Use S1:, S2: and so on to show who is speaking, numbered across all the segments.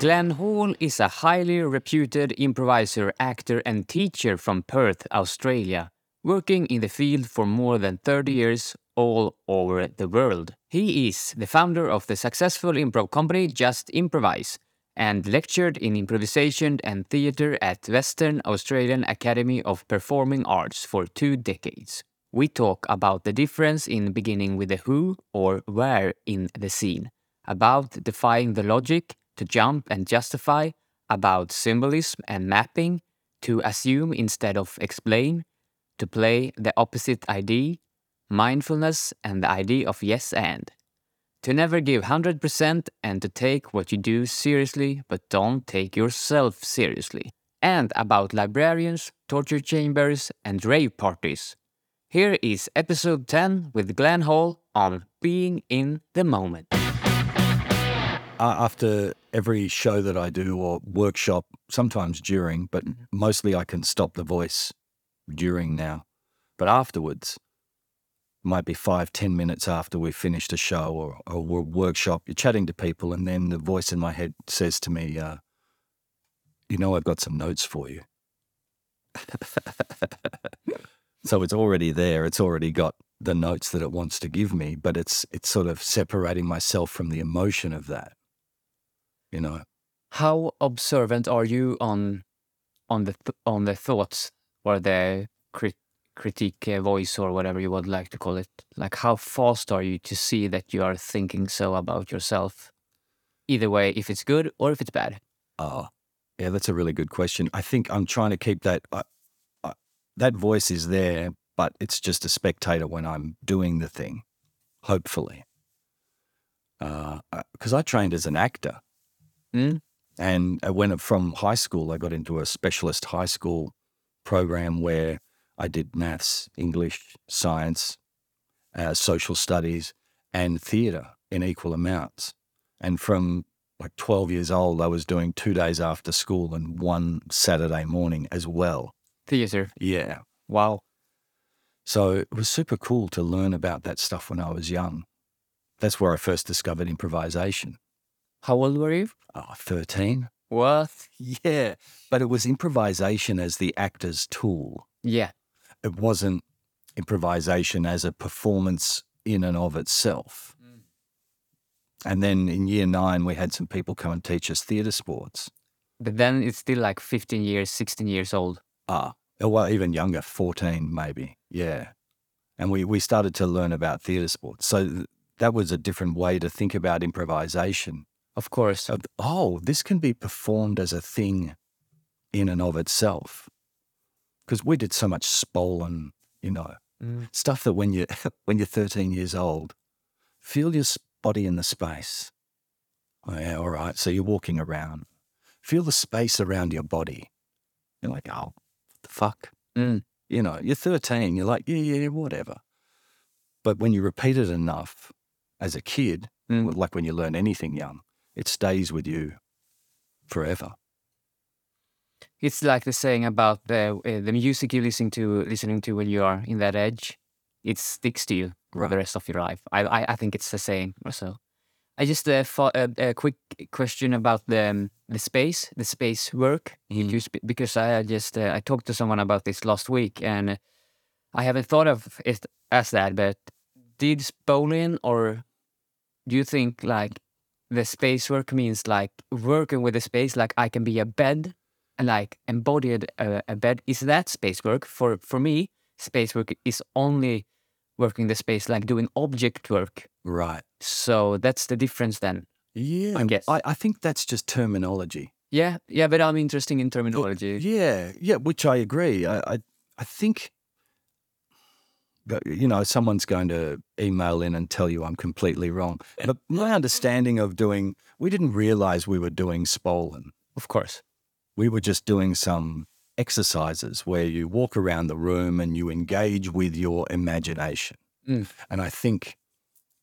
S1: Glenn Hall is a highly reputed improviser, actor, and teacher from Perth, Australia, working in the field for more than 30 years all over the world. He is the founder of the successful improv company Just Improvise and lectured in improvisation and theatre at Western Australian Academy of Performing Arts for two decades. We talk about the difference in beginning with the who or where in the scene, about defying the logic to jump and justify, about symbolism and mapping, to assume instead of explain, to play the opposite idea, mindfulness and the idea of yes and. To never give 100% and to take what you do seriously, but don't take yourself seriously. And about librarians, torture chambers, and rave parties. Here is episode 10 with Glenn Hall on being in the moment.
S2: uh, after every show that I do or workshop, sometimes during, but mostly I can stop the voice during now. But afterwards, might be five, ten minutes after we've finished a show or, or a workshop, you're chatting to people, and then the voice in my head says to me, uh, You know, I've got some notes for you. so it's already there. It's already got the notes that it wants to give me, but it's it's sort of separating myself from the emotion of that. You know,
S1: How observant are you on on the th- on the thoughts or the crit- critique uh, voice or whatever you would like to call it? Like how fast are you to see that you are thinking so about yourself? Either way, if it's good or if it's bad.
S2: Oh, yeah, that's a really good question. I think I'm trying to keep that. I, I, that voice is there, but it's just a spectator when I'm doing the thing, hopefully. Because I trained as an actor.
S1: Mm.
S2: And uh, when from high school, I got into a specialist high school program where I did maths, English, science, uh, social studies, and theatre in equal amounts. And from like 12 years old, I was doing two days after school and one Saturday morning as well.
S1: Theater.
S2: Yeah.
S1: Wow.
S2: So it was super cool to learn about that stuff when I was young. That's where I first discovered improvisation.
S1: How old were you?
S2: Oh, 13?
S1: What?
S2: Yeah. But it was improvisation as the actor's tool.
S1: Yeah.
S2: It wasn't improvisation as a performance in and of itself.
S1: Mm.
S2: And then in year nine, we had some people come and teach us theatre sports.
S1: But then it's still like 15 years, 16 years old.
S2: Ah, oh, well, even younger, 14 maybe. Yeah. And we, we started to learn about theatre sports. So th- that was a different way to think about improvisation.
S1: Of course.
S2: Of, oh, this can be performed as a thing in and of itself. Because we did so much spollen, you know,
S1: Mm.
S2: stuff that when you when you're 13 years old, feel your s- body in the space. Oh, yeah, all right. So you're walking around, feel the space around your body. You're like, oh, what the fuck?
S1: Mm.
S2: You know, you're 13. You're like, yeah, yeah, whatever. But when you repeat it enough as a kid,
S1: Mm.
S2: well, like when you learn anything young, it stays with you forever.
S1: It's like the saying about the uh, the music you listen to listening to when you are in that edge. It sticks to you for the rest of your life. I I, I think it's the same. or So, I just uh, thought a, a quick question about the um, the space, the space work. you
S2: Mm.
S1: do sp- because I just uh, I talked to someone about this last week, and I haven't thought of it as that. But did Spolin or do you think like the space work means like working with the space like i can be a bed and like embodied a, a bed is that space work for for me space work is only working the space like doing object work
S2: Right.
S1: so that's the difference then
S2: Yeah.
S1: I guess.
S2: I, I think that's just terminology.
S1: yeah yeah but i'm interested in terminology
S2: Yeah, yeah, which I agree. I, I, I think, that, you know, someone's going to email in and tell you I'm completely wrong. But my understanding of doing, we didn't realize we were doing Spolin.
S1: of course
S2: We were just doing some exercises where you walk around the room and you engage with your imagination.
S1: Mm.
S2: And I think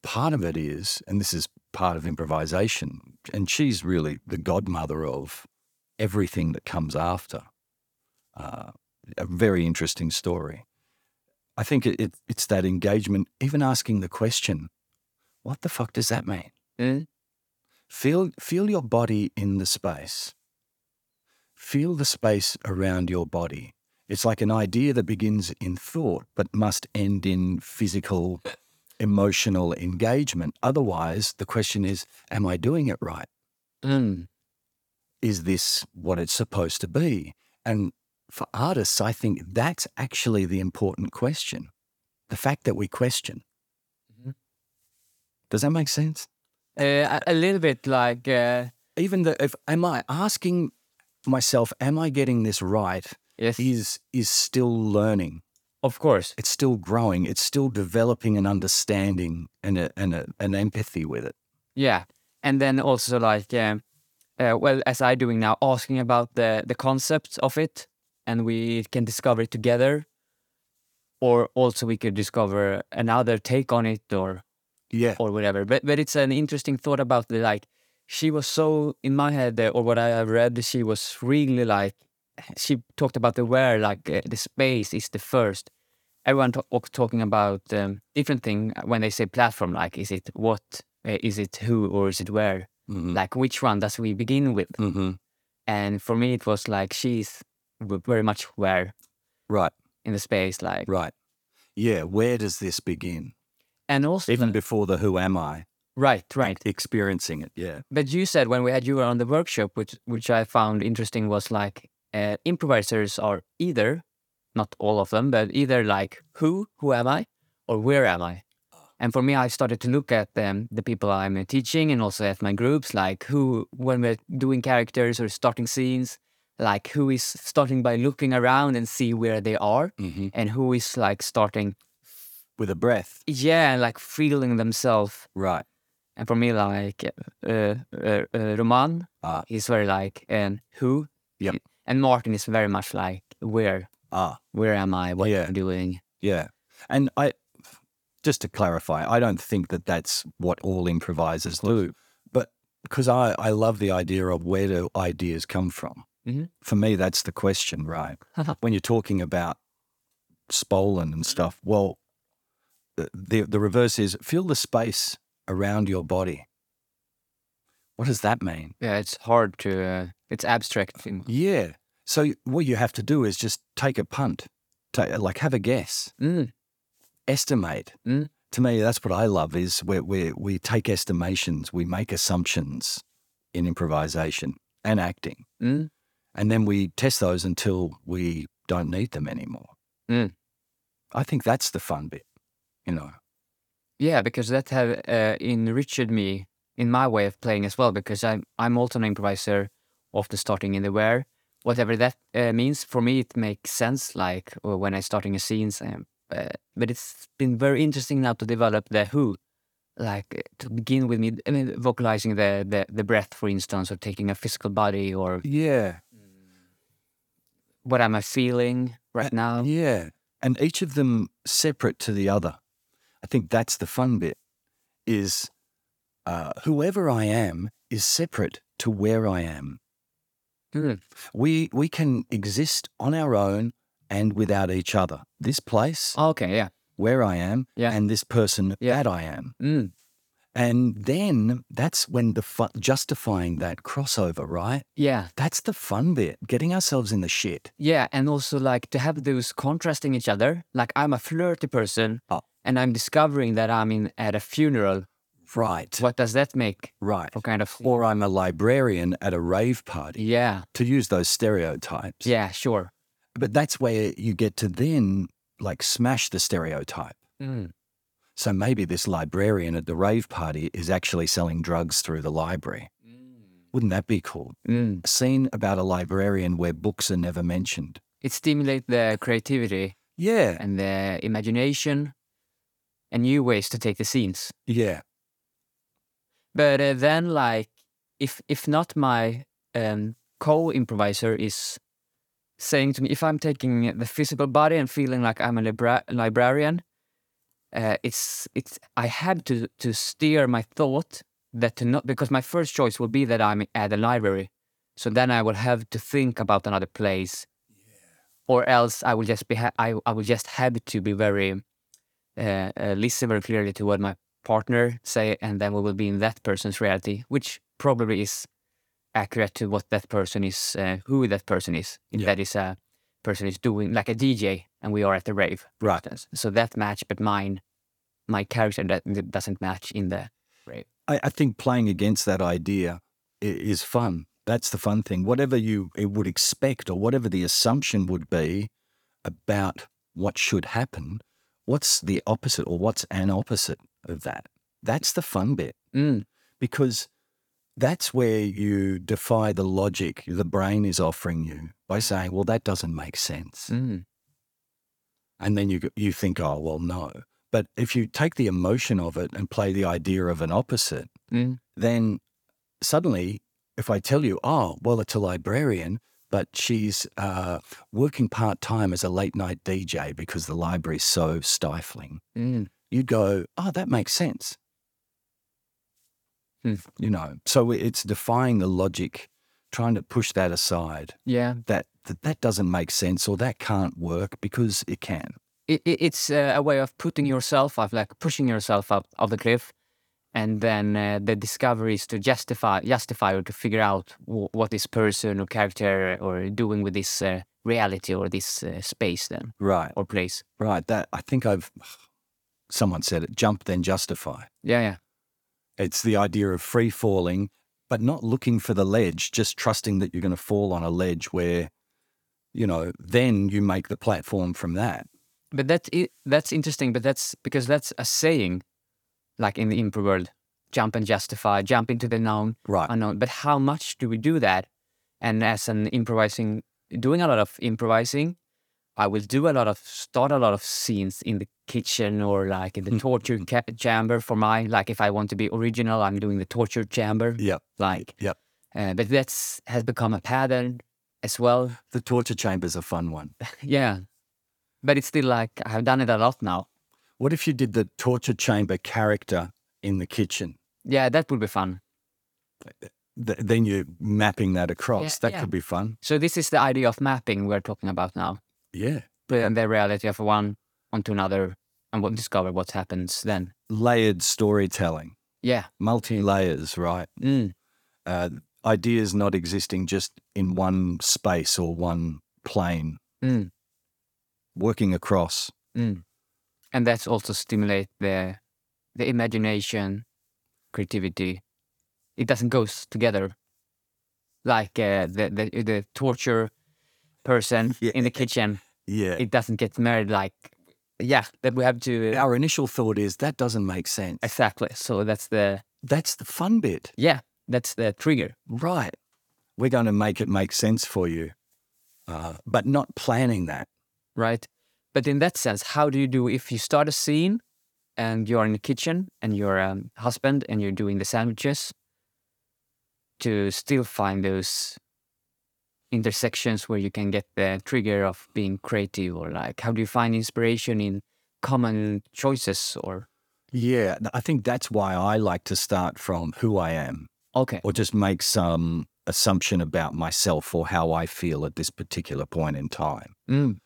S2: part of it is, and this is part of improvisation, and she's really the godmother of everything that comes after. Uh, a very interesting story. I think it, it, it's that engagement, even asking the question, what the fuck does that mean?
S1: Mm,
S2: Feel feel your body in the space. Feel the space around your body. It's like an idea that begins in thought but must end in physical emotional engagement. Otherwise, the question is am I doing it right?
S1: Mm.
S2: Is this what it's supposed to be? And for artists, I think that's actually the important question. The fact that we question.
S1: Mhm.
S2: Does that make sense?
S1: Uh, a, a little bit like uh,
S2: Even the if am I asking myself, am I getting this right?
S1: yes,
S2: Is is still learning.
S1: of course.
S2: it's still growing. It's still developing an understanding and a, and a, an empathy with it.
S1: Yeah, and then also like, um, uh, well, as I doing now, asking about the the concepts of it, and we can discover it together, or also we could discover another take on it, or
S2: Yeah.
S1: or whatever. But but it's an interesting thought about the like, she was so in my head, uh, or what I have read, she was really like, she talked about the where, like uh, the space is the first. Everyone ta- was talking about um, different thing when they say platform. Like, is it what? Uh, is it who or is it where?
S2: Mm-hmm.
S1: like which one does we begin with
S2: mm-hmm.
S1: and for me it was like she's w- very much where
S2: Right.
S1: in the space like
S2: Right. Yeah. Where does this begin?
S1: and also
S2: Even before the who am I
S1: right right
S2: experiencing it. Yeah.
S1: but you said when we had you on the workshop which which i found interesting was like uh, improvisers are either not all of them but either like who who am i or where am i and for me i started to look at um, the people i'm uh, teaching and also at my groups like who when we're doing characters or starting scenes like who is starting by looking around and see where they are
S2: Mm-hmm.
S1: and who is like starting
S2: With a breath.
S1: yeah like feeling themselves
S2: Right.
S1: and for me like uh, uh, uh, roman
S2: Ah.
S1: he's very like and who
S2: Yep.
S1: and martin is very much like where
S2: Ah.
S1: where am i what
S2: Yeah.
S1: am i doing
S2: Yeah. And I, just to clarify, I don't think that that's what all improvisers do, but because I, I love the idea of where do ideas come from.
S1: Mhm.
S2: For me, that's the question, right? when you're talking about Spolin and stuff, well, the, the, the reverse is fill the space around your body. What does that mean?
S1: yeah it's hard to uh, it's abstract in-
S2: Yeah. So y- what you have to do is just take a punt, Ta like have a guess.
S1: mm,
S2: estimate.
S1: Mm.
S2: To me, that's what I love is where we we take estimations, we make assumptions in improvisation and acting,
S1: mm.
S2: and then we test those until we don't need them anymore.
S1: Mm.
S2: I think that's the fun bit, you know.
S1: yeah because that have uh, enriched me in my way of playing as well because i'm i'm also an improviser often starting in the where whatever that uh, means for me it makes sense like or when i starting a scenes um, uh, but it's been very interesting now to develop the who like uh, to begin with me I mean, vocalizing the, the the breath for instance or taking a physical body or
S2: Yeah,
S1: what am i feeling right now
S2: yeah, Um, and each of them separate to the other. I think that's the fun bit is uh, whoever I am is separate to where I am.
S1: Hmm.
S2: We we can exist on our own and without each other. This place
S1: okay yeah
S2: where I am
S1: Ah. Yeah.
S2: and this person
S1: Yeah.
S2: that I am.
S1: mm.
S2: And then that's when the fu- justifying that crossover, right?
S1: yeah
S2: That's the fun bit, getting ourselves in the shit.
S1: Yeah, and also like to have those contrasting each other. Like I'm a flirty person,
S2: Oh.
S1: and I'm discovering that I'm in at a funeral.
S2: Right.
S1: What does that make
S2: Right.
S1: for kind of?
S2: Or I'm a librarian at a rave party,
S1: Yeah,
S2: to use those stereotypes.
S1: yeah, sure.
S2: But that's where you get to then like smash the stereotype.
S1: Mm.
S2: So maybe this librarian at the rave party is actually selling drugs through the library. Wouldn't that be cool?
S1: Mm.
S2: A scene about a librarian where books are never mentioned.
S1: It stimulates the creativity
S2: Yeah.
S1: and the imagination, and new ways to take the scenes.
S2: Yeah.
S1: But uh, then, like, if if not my um, co-improviser is saying to me, if I'm taking the physical body and feeling like I'm a libra- librarian, uh, it's it's I had to to steer my thought that to not because my first choice will be that I'm at a library, so then I will have to think about another place, or else I will just be ha- I I will just have to be very uh, uh, listen very clearly to what my partner, say, and then we will be in that person's reality, which probably is accurate to what that person is, uh, who that person is. If
S2: Yeah.
S1: that is a person is doing like a DJ, and we are at the rave, for
S2: Right.
S1: instance. So that match, but mine, my character that that doesn't match in the
S2: I, I think playing against that idea i- is fun. That's the fun thing. Whatever you eh, would expect or whatever the assumption would be about what should happen, what's the opposite or what's an opposite of that? That's the fun bit
S1: mm,
S2: because that's where you defy the logic the brain is offering you by saying, well, that doesn't make sense.
S1: mm,
S2: And then you, go- you think, oh, well, no. But if you take the emotion of it and play the idea of an opposite,
S1: mm,
S2: then suddenly, if I tell you, oh, well, it's a librarian, but she's uh, working part time as a late night DJ because the library's so stifling,
S1: mm.
S2: you'd go, oh, that makes sense.
S1: Hmm.
S2: You know, so it's defying the logic, trying to push that aside.
S1: yeah.
S2: That, that that doesn't make sense or that can't work because it can.
S1: it, it, it's uh, a way of putting yourself up, like pushing yourself up off the cliff, and then uh, the discovery is to justify, justify, or to figure out w- what this person or character or doing with this uh, reality or this uh, space then
S2: Right,
S1: or place.
S2: right. That I think I've someone said it. Jump then justify.
S1: Yeah, yeah,
S2: It's the idea of free falling, but not looking for the ledge, just trusting that you're going to fall on a ledge where, you know, then you make the platform from that.
S1: but that i that's interesting. But that's because that's a saying, like in the improv world, jump and justify, jump into the noun,
S2: Right.
S1: unknown. But how much do we do that? And as an improvising, doing a lot of improvising, I will do a lot of start a lot of scenes in the kitchen or like in the
S2: Hmm.
S1: torture ca- chamber for my like if I want to be original, I'm doing the torture chamber.
S2: yeah.
S1: Like
S2: Yep.
S1: uh, but that's has become a pattern as well.
S2: The torture chamber's a fun one.
S1: yeah, but it's still like I have done it a lot now.
S2: What if you did the torture chamber character in the kitchen?
S1: Yeah, that would be fun.
S2: Th- then you're mapping that across.
S1: Yeah,
S2: that
S1: yeah.
S2: could be fun.
S1: So this is the idea of mapping we're talking about now.
S2: Yeah.
S1: and the reality of one onto another and we'll discover what happens then.
S2: Layered storytelling,
S1: Yeah.
S2: multi layers, right?
S1: Mm.
S2: uh, ideas not existing just in one space or one plane,
S1: Mm.
S2: working across.
S1: And that's also stimulate the the imagination, creativity. It doesn't go s- together. Like uh, the, the the torture person
S2: Yeah.
S1: in the kitchen,
S2: Yeah.
S1: it doesn't get married like yeah, that we have to
S2: Our initial thought is that doesn't make sense.
S1: exactly. So that's the
S2: That's the fun bit.
S1: yeah, that's the trigger.
S2: Right. We're going to make it make sense for you, uh, but not planning that.
S1: right? But in that sense, how do you do if you start a scene and you're in the kitchen and your um, husband and you're doing the sandwiches to still find those intersections where you can get the trigger of being creative or like how do you find inspiration in common choices or
S2: Yeah. I think that's why I like to start from who I am
S1: okay
S2: or just make some assumption about myself or how I feel at this particular point in time.
S1: mm,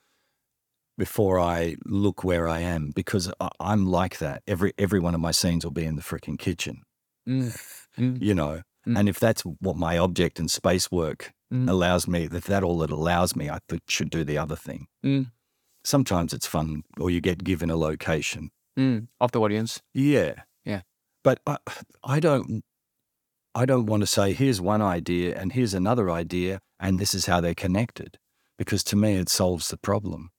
S2: before I look where I am because I, I'm like that. Every every one of my scenes will be in the freaking kitchen,
S1: mm, mm,
S2: you know.
S1: Mm.
S2: And if that's what my object and space work
S1: Mm.
S2: allows me, if that all it allows me, I th- should do the other thing.
S1: Mm.
S2: Sometimes it's fun, or you get given a location.
S1: mm, of the audience
S2: Yeah,
S1: Yeah.
S2: But I, I don't. I don't want to say here's one idea and here's another idea and this is how they're connected because to me it solves the problem.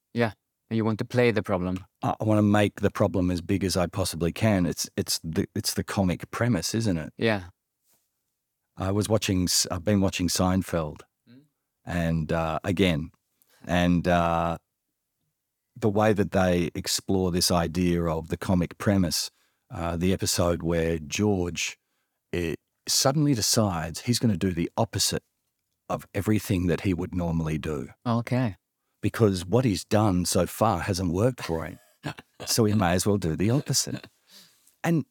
S1: and you want to play the problem
S2: I want to make the problem as big as I possibly can. It's it's the it's the comic premise, isn't it?
S1: yeah
S2: I was watching. S- I've been watching Seinfeld,
S1: Mm.
S2: and uh, again, and uh, the way that they explore this idea of the comic premise, uh, the episode where George it, suddenly decides he's going to do the opposite of everything that he would normally do
S1: okay
S2: because what he's done so far hasn't worked for him. so he may as well do the opposite. And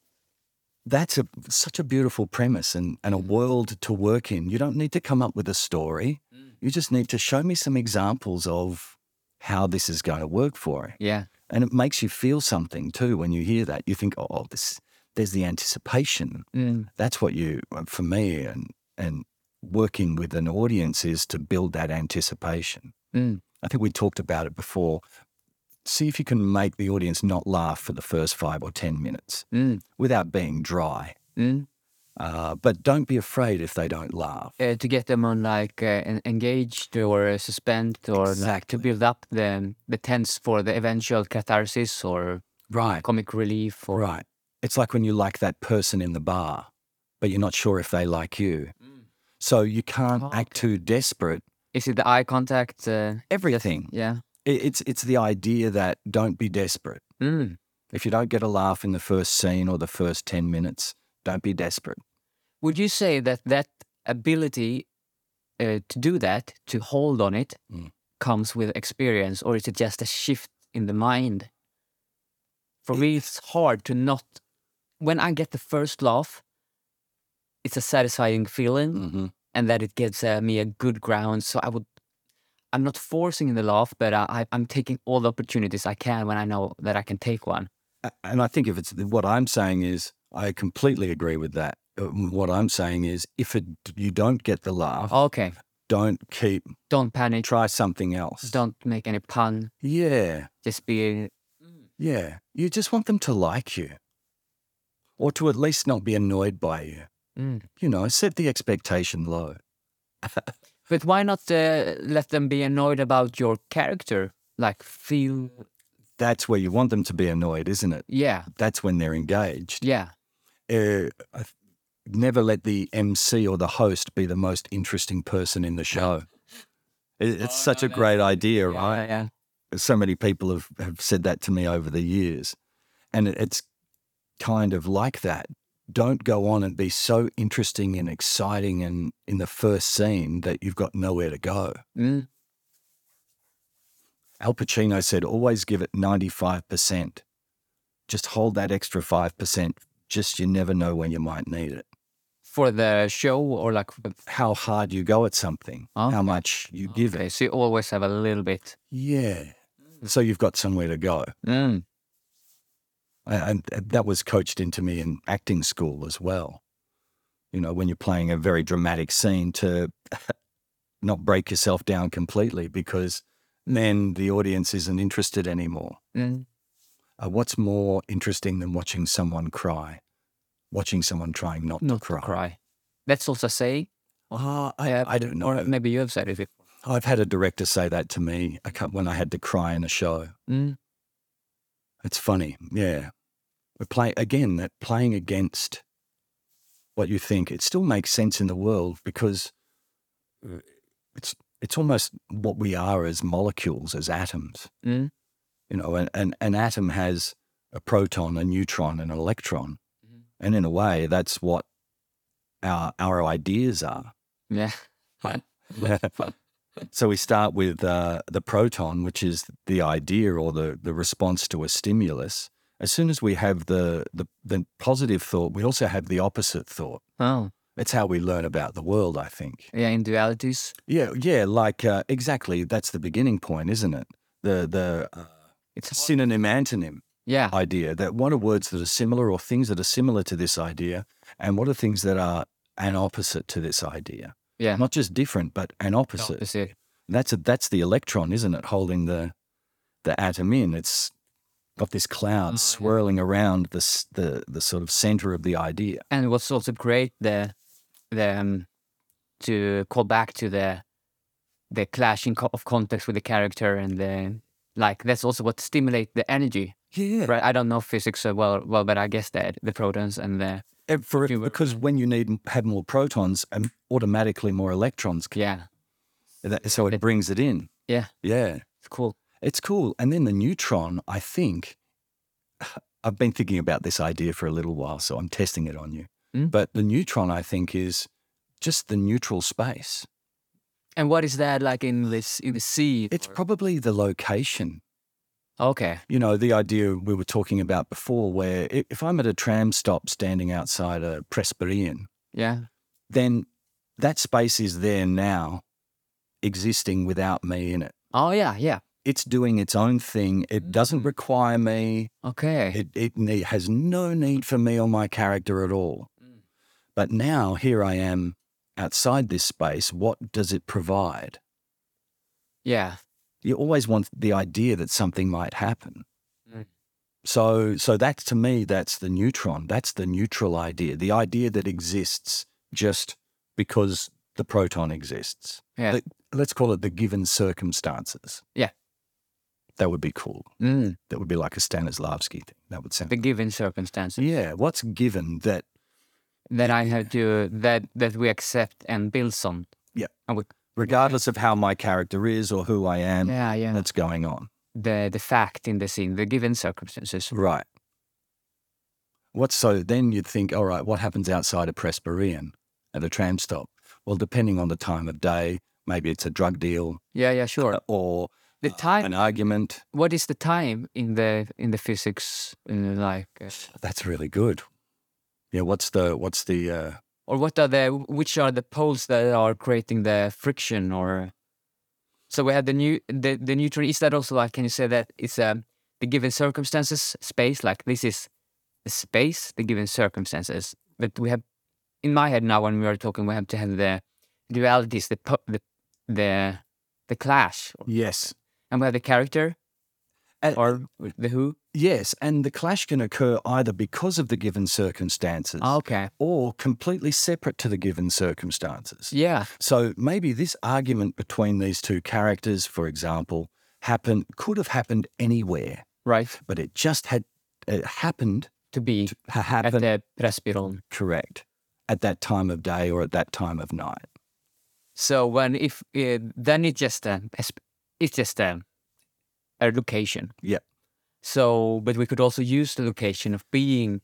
S2: that's a, such a beautiful premise and, and a world to work in. You don't need to come up with a story.
S1: Mm.
S2: You just need to show me some examples of how this is going to work for him.
S1: yeah
S2: And it makes you feel something too when you hear that. You think, oh, this, there's the anticipation.
S1: Mm.
S2: That's what you, uh, for me, and and working with an audience is to build that anticipation.
S1: Mm.
S2: I think we talked about it before. See if you can make the audience not laugh for the first five or ten minutes
S1: Mm.
S2: without being dry.
S1: Mm.
S2: Uh, but don't be afraid if they don't laugh.
S1: Uh, to get them on like uh, en- engaged or uh, suspend or like to
S2: Exactly.
S1: build up the the tense for the eventual catharsis or
S2: Right.
S1: comic relief or
S2: Right. It's like when you like that person in the bar, but you're not sure if they like you.
S1: Mm.
S2: So you can't
S1: Oh,
S2: act too desperate.
S1: is it the eye contact? Uh,
S2: Everything.
S1: yeah.
S2: I- It's it's the idea that don't be desperate.
S1: Mm.
S2: If you don't get a laugh in the first scene or the first 10 minutes, don't be desperate.
S1: Would you say that that ability uh, to do that, to hold on it,
S2: Mm.
S1: comes with experience, or is it just a shift in the mind? For me, it's hard to not. When I get the first laugh, it's a satisfying feeling,
S2: Mm-hmm.
S1: and that it gives uh, me a good ground. So I would. I'm not forcing the laugh, but I, I, I'm taking all the opportunities I can when I know that I can take one.
S2: And I think if it's what I'm saying is, I completely agree with that. Uh, What I'm saying is, if it, you don't get the laugh,
S1: Okay,
S2: don't keep,
S1: don't panic.
S2: try something else.
S1: Don't make any pun.
S2: Yeah.
S1: Just be.
S2: Yeah. You just want them to like you or to at least not be annoyed by you.
S1: Mm.
S2: You know, set the expectation low.
S1: But why not uh, let them be annoyed about your character? Like feel,
S2: That's where you want them to be annoyed, isn't it?
S1: yeah,
S2: That's when they're engaged.
S1: yeah,
S2: Uh, I th- never let the MC or the host be the most interesting person in the show. It- It's
S1: Oh,
S2: such
S1: no,
S2: a great idea,
S1: yeah,
S2: right?
S1: yeah.
S2: So many people have, have said that to me over the years. And it- it's kind of like that. Don't go on and be so interesting and exciting and in the first scene that you've got nowhere to go.
S1: Mm,
S2: Al Pacino said, always give it 95%. Just hold that extra 5%. Just you never know when you might need it.
S1: for the show or like for the-
S2: How hard you go at something,
S1: Okay.
S2: how much you give it.
S1: okay, so you always have a little bit.
S2: Yeah. So you've got somewhere to go.
S1: Mm,
S2: And and that was coached into me in acting school as well. You know, when you're playing a very dramatic scene to not break yourself down completely because then the audience isn't interested anymore.
S1: mm,
S2: Uh, what's more interesting than watching someone cry? Watching someone trying not,
S1: not
S2: to cry.
S1: cry. That's also saying,
S2: Ah, I,
S1: Yeah,
S2: I don't know.
S1: or maybe you have said it. Before.
S2: I've had a director say that to me a cou- when I had to cry in a show.
S1: Mm,
S2: It's funny. Yeah. We play again that playing against what you think. It still makes sense in the world because uh, it's it's almost what we are as molecules, as atoms.
S1: mm,
S2: You know, an, an, an atom has a proton, a neutron, an electron.
S1: Mhm.
S2: And in a way, that's what our our ideas are.
S1: yeah,
S2: so we start with uh, the proton, which is the idea or the, the response to a stimulus. As soon as we have the, the, the positive thought, we also have the opposite thought.
S1: oh,
S2: It's how we learn about the world, I think.
S1: yeah, in dualities.
S2: Yeah, yeah, like uh, exactly. That's the beginning point, isn't it? The, the uh,
S1: It's hard.
S2: synonym antonym
S1: yeah,
S2: idea that what are words that are similar or things that are similar to this idea, and what are things that are an opposite to this idea?
S1: yeah,
S2: Not just different, but an opposite.
S1: opposite.
S2: That's a, that's the electron, isn't it, holding the the atom in? It's got this
S1: Oh,
S2: cloud
S1: yeah.
S2: swirling around the, s- the the sort of center of the idea.
S1: and what's also great the the um, to call back to the the clashing co- of context with the character and the like that's also what stimulate the energy
S2: Yeah,
S1: right i don't know physics so well well but i guess that the protons and the
S2: And for,
S1: You were-
S2: because when you need have more protons, and automatically more electrons. Can,
S1: yeah
S2: that, so it brings it in.
S1: Yeah.
S2: yeah,
S1: it's cool
S2: it's cool. And then the neutron, I think. I've been thinking about this idea for a little while, so I'm testing it on you.
S1: Mm.
S2: But the neutron, I think, is just the neutral space.
S1: and what is that like in this in the sea
S2: It's probably the location.
S1: okay
S2: You know, the idea we were talking about before, where i- if I'm at a tram stop standing outside a Presbyterian,
S1: yeah
S2: then that space is there now, existing without me in it.
S1: oh yeah yeah
S2: it's doing its own thing. It doesn't require me.
S1: Okay.
S2: It, it ne- has no need for me or my character at all.
S1: Mm.
S2: But now here I am outside this space. What does it provide?
S1: Yeah.
S2: You always want the idea that something might happen.
S1: Mm.
S2: So, so that's to me, that's the neutron. That's the neutral idea, the idea that exists just because the proton exists.
S1: Yeah.
S2: The- let's call it the given circumstances.
S1: Yeah.
S2: That would be cool.
S1: Mm,
S2: That would be like a Stanislavski thing. That would sound.
S1: the given circumstances
S2: Yeah. What's given that?
S1: that I have to that that we accept and build on.
S2: Yeah.
S1: And we-
S2: regardless of how my character is or who I am,
S1: yeah, yeah.
S2: that's going on.
S1: The the fact in the scene, the given circumstances.
S2: Right. What's so then you'd think, all right, what happens outside of Presbyterian at a tram stop? Well, depending on the time of day, maybe it's a drug deal
S1: Yeah, yeah, sure.
S2: or
S1: The
S2: uh,
S1: time.
S2: an argument.
S1: What is the time in the in the physics, in the, like, uh,
S2: That's really good. Yeah, what's the what's the uh,
S1: or what are the which are the poles that are creating the friction, or? So we have the new the the neutron. Is that also like? Can you say that it's um the given circumstances space? Like this is the space, the given circumstances. But we have in my head now when we are talking, we have to have the dualities, the po- the the the clash,
S2: yes,
S1: and we have the character
S2: and,
S1: or the who.
S2: yes, and the clash can occur either because of the given circumstances
S1: Okay.
S2: or completely separate to the given circumstances.
S1: Yeah.
S2: So maybe this argument between these two characters, for example, happened could have happened anywhere,
S1: Right.
S2: but it just had it happened
S1: To be
S2: to ha-
S1: at
S2: happen
S1: the Presbyron.
S2: correct at that time of day or at that time of night.
S1: So when if uh, then it just uh, as- it's just um, a location.
S2: Yep.
S1: So, but we could also use the location of being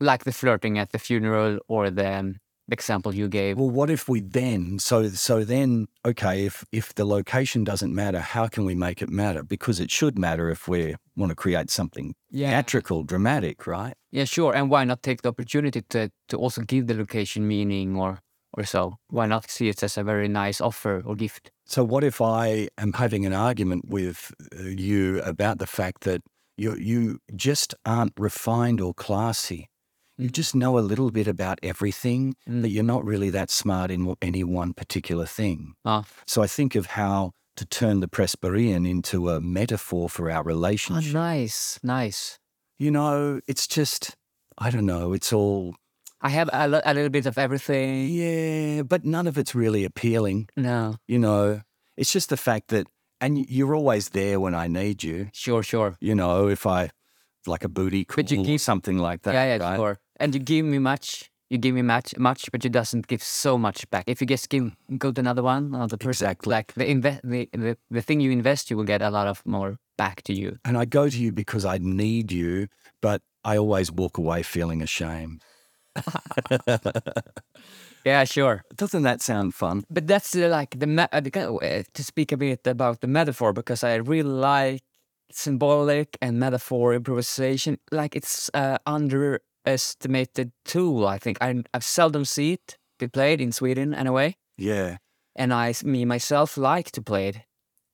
S1: like the flirting at the funeral or the um, the example you gave.
S2: Well, what if we then so so then okay, if if the location doesn't matter, how can we make it matter? Because it should matter if we want to create something
S1: Yeah.
S2: theatrical, dramatic, right?
S1: Yeah, sure. And why not take the opportunity to to also give the location meaning or or so? Why not see it as a very nice offer or gift?
S2: So, what if I am having an argument with uh, you about the fact that you you just aren't refined or classy? You
S1: Mm.
S2: just know a little bit about everything,
S1: Mm.
S2: but you're not really that smart in wh- any one particular thing.
S1: Ah.
S2: So, I think of how to turn the Presbyterian into a metaphor for our
S1: Oh,
S2: relationship.
S1: nice, nice.
S2: You know, it's just I don't know. It's all
S1: I have a, li- a little bit of everything.
S2: yeah, but none of it's really appealing.
S1: No,
S2: You know, it's just the fact that, and y- you're always there when I need you.
S1: sure, sure.
S2: you know, if I like a booty call
S1: But you
S2: or
S1: keep-
S2: something like that.
S1: yeah, yeah,
S2: right?
S1: sure. And you give me much, you give me much, much, but you doesn't give so much back. If you just give, go to another one, another person,
S2: Exactly.
S1: like the, inve- the the the thing you invest, you will get a lot of more back to you.
S2: And I go to you because I need you, but I always walk away feeling ashamed.
S1: Yeah, sure.
S2: Doesn't that sound fun?
S1: But that's uh, like the, ma- uh, the kind of, uh, to speak a bit about the metaphor because I really like symbolic and metaphor improvisation. Like it's uh, underestimated tool. I think I I seldom see it be played in Sweden anyway.
S2: Yeah.
S1: and I s- me myself like to play it,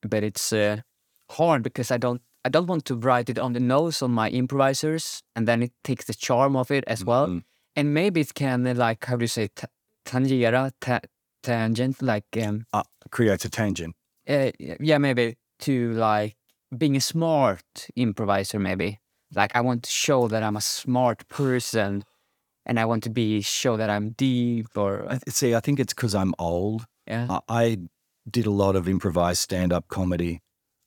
S1: but it's uh, hard because I don't I don't want to write it on the nose on my improvisers, and then it takes the charm of it as well.
S2: Mm.
S1: And maybe it can uh, like how do you say ta- tangera ta- tangent like um
S2: Ah, creates a tangent.
S1: uh, yeah maybe to like being a smart improviser maybe like I want to show that I'm a smart person. And I want to be show that I'm deep or
S2: I th- See, I think it's because I'm old.
S1: yeah.
S2: I, I did a lot of improvised stand up comedy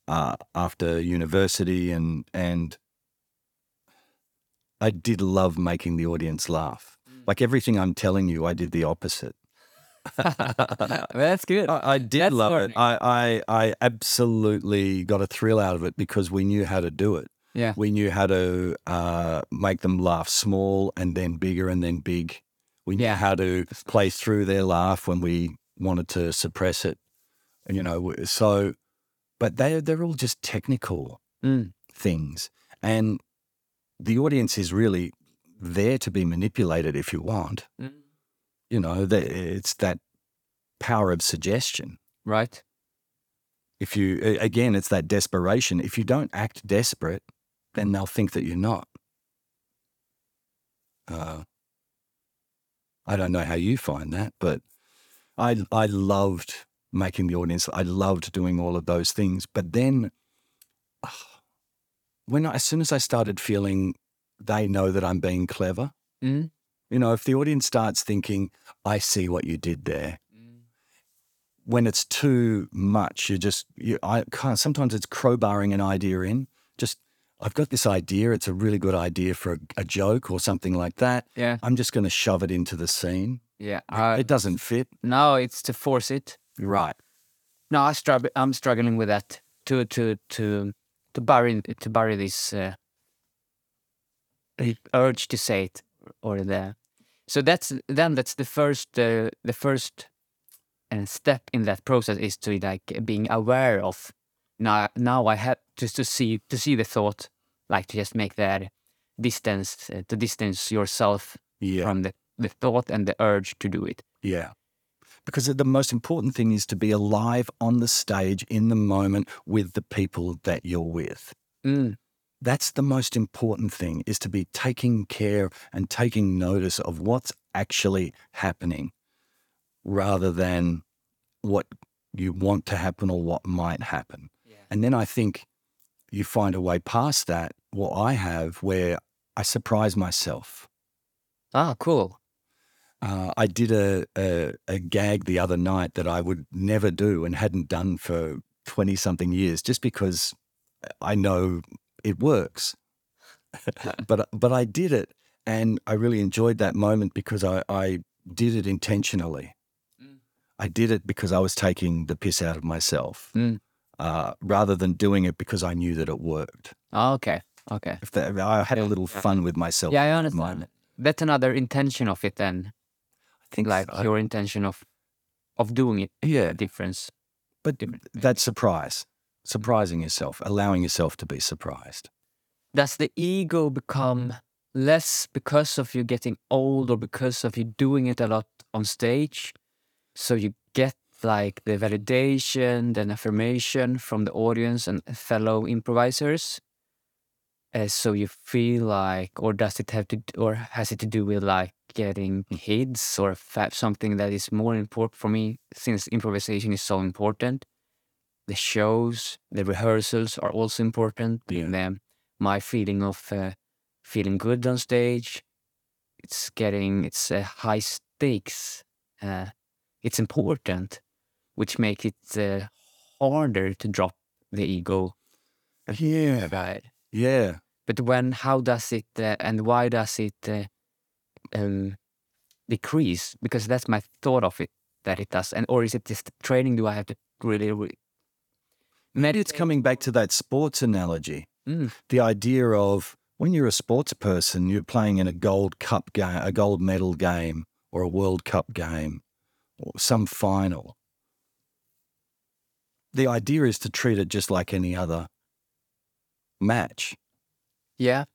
S2: uh, after university, and, and I did love making the audience laugh. Like everything I'm telling you, I did the opposite.
S1: that's good.
S2: I, I did
S1: That's
S2: love
S1: learning.
S2: it. I, I I absolutely got a thrill out of it because we knew how to do it.
S1: Yeah.
S2: We knew how to uh, make them laugh small and then bigger and then big. We knew
S1: Yeah.
S2: how to play through their laugh when we wanted to suppress it. And, You know, w- so, but they they're all just technical
S1: Mm.
S2: things, and the audience is really there to be manipulated if you want.
S1: Mm.
S2: You know, they, it's that power of suggestion
S1: Right.
S2: If you, a- again, it's that desperation. If you don't act desperate, then they'll think that you're not. Uh, I don't know how you find that, but I, I loved making the audience. I loved doing all of those things. But then, ah, when I, as soon as I started feeling they know that I'm being clever,
S1: Mm.
S2: you know, if the audience starts thinking, I see what you did there, when it's too much, you just you, I can't. Sometimes it's crowbarring an idea in. Just I've got this idea. It's a really good idea for a, a joke or something like that.
S1: Yeah,
S2: I'm just going to shove it into the scene.
S1: yeah.
S2: It-
S1: Uh,
S2: it doesn't fit.
S1: no, it's to force it.
S2: Right.
S1: No, I struggle. I'm struggling with that to to to to bury to bury this uh, the urge to say it or the. So that's then that's the first uh, the first uh, step in that process is to like being aware of now now I have just to see to see the thought like to just make that distance uh, to distance yourself
S2: Yeah.
S1: from the the thought and the urge to do it.
S2: Yeah. Because the most important thing is to be alive on the stage in the moment with the people that you're with.
S1: Mm,
S2: That's the most important thing is to be taking care and taking notice of what's actually happening rather than what you want to happen or what might happen. And then I think you find a way past that. What I have where I surprise myself.
S1: Ah, cool.
S2: Uh, I did a, a, a gag the other night that I would never do and hadn't done for 20 something years just because I know it works. but but I did it, and I really enjoyed that moment because I, I did it intentionally.
S1: Mm.
S2: I did it because I was taking the piss out of myself,
S1: Mm.
S2: uh, rather than doing it because I knew that it worked.
S1: Ah, okay. Okay.
S2: If that, I had a
S1: Yeah,
S2: little
S1: yeah.
S2: fun with myself.
S1: Yeah, I
S2: mind.
S1: understand. That's another intention of it then.
S2: I think
S1: Like
S2: so.
S1: your intention of of doing it
S2: yeah,
S1: a difference.
S2: but
S1: Different maybe.
S2: that surprise, surprising yourself, allowing yourself to be surprised.
S1: Does the ego become less because of you getting old or because of you doing it a lot on stage? So you get like the validation and affirmation from the audience and fellow improvisers. Uh, so you feel like, or does it have to, d- or has it to do with like getting kids or fa- something that is more important for me since improvisation is so important? The shows, the rehearsals are also important.
S2: Yeah.
S1: And then my feeling of uh, feeling good on stage, it's getting, it's uh, high stakes. Uh, it's important, which makes it uh, harder to drop the ego.
S2: Yeah,
S1: Right
S2: yeah.
S1: but when how does it uh, and why does it uh, um, decrease because that's my thought of it that it does and or is it just training do i have to really, re-
S2: Maybe it's
S1: Meditate.
S2: coming back to that sports analogy.
S1: Mm.
S2: The idea of when you're a sports person, you're playing in a gold cup game, a gold medal game, or a World Cup game, or some final. The idea is to treat it just like any other match.
S1: yeah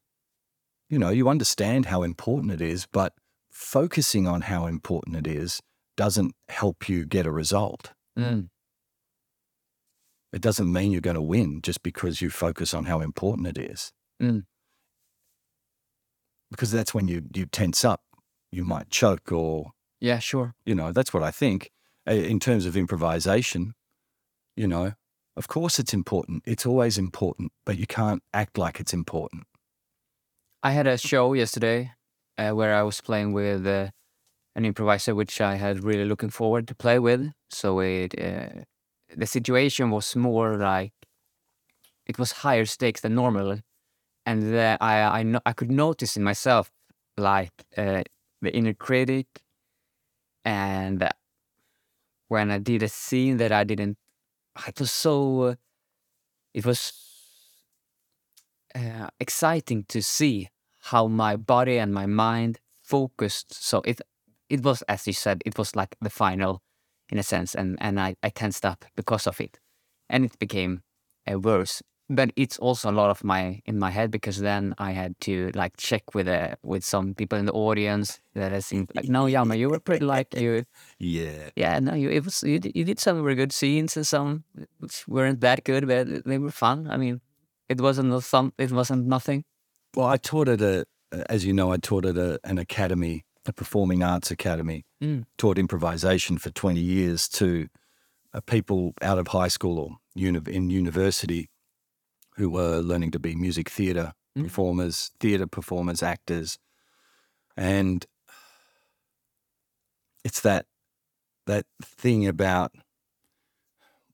S2: You know, you understand how important it is, but focusing on how important it is doesn't help you get a result.
S1: mm.
S2: It doesn't mean you're going to win just because you focus on how important it is.
S1: Mm.
S2: Because that's when you, you tense up. You might choke, or,
S1: yeah sure
S2: you know, that's what I think. Uh, In terms of improvisation, you know, of course it's important. It's always important, but you can't act like it's important.
S1: i had a show yesterday uh, where i was playing with uh, an improviser which i had really looking forward to play with so it uh, the situation was more like it was higher stakes than normal and the, I I, no, I could notice in myself like uh, the inner critic, and when I did a scene that I didn't, it was so uh, it was uh, exciting to see how my body and my mind focused. So it it was as you said, it was like the final in a sense, and and I I tensed up because of it, and it became uh, worse. but it's also a lot of my in my head because then I had to like check with uh, with some people in the audience that I seemed like no Yama you were pretty like you
S2: Yeah.
S1: yeah no you it was you, d- you did some were good scenes and some which weren't that good but they were fun I mean it wasn't no- some it wasn't nothing
S2: Well, I taught at a, as you know, I taught at a, an academy, a performing arts academy,
S1: Mm.
S2: taught improvisation for 20 years to uh, people out of high school or uni- in university who were learning to be music theatre
S1: Mm.
S2: performers, theatre performers, actors. And it's that, that thing about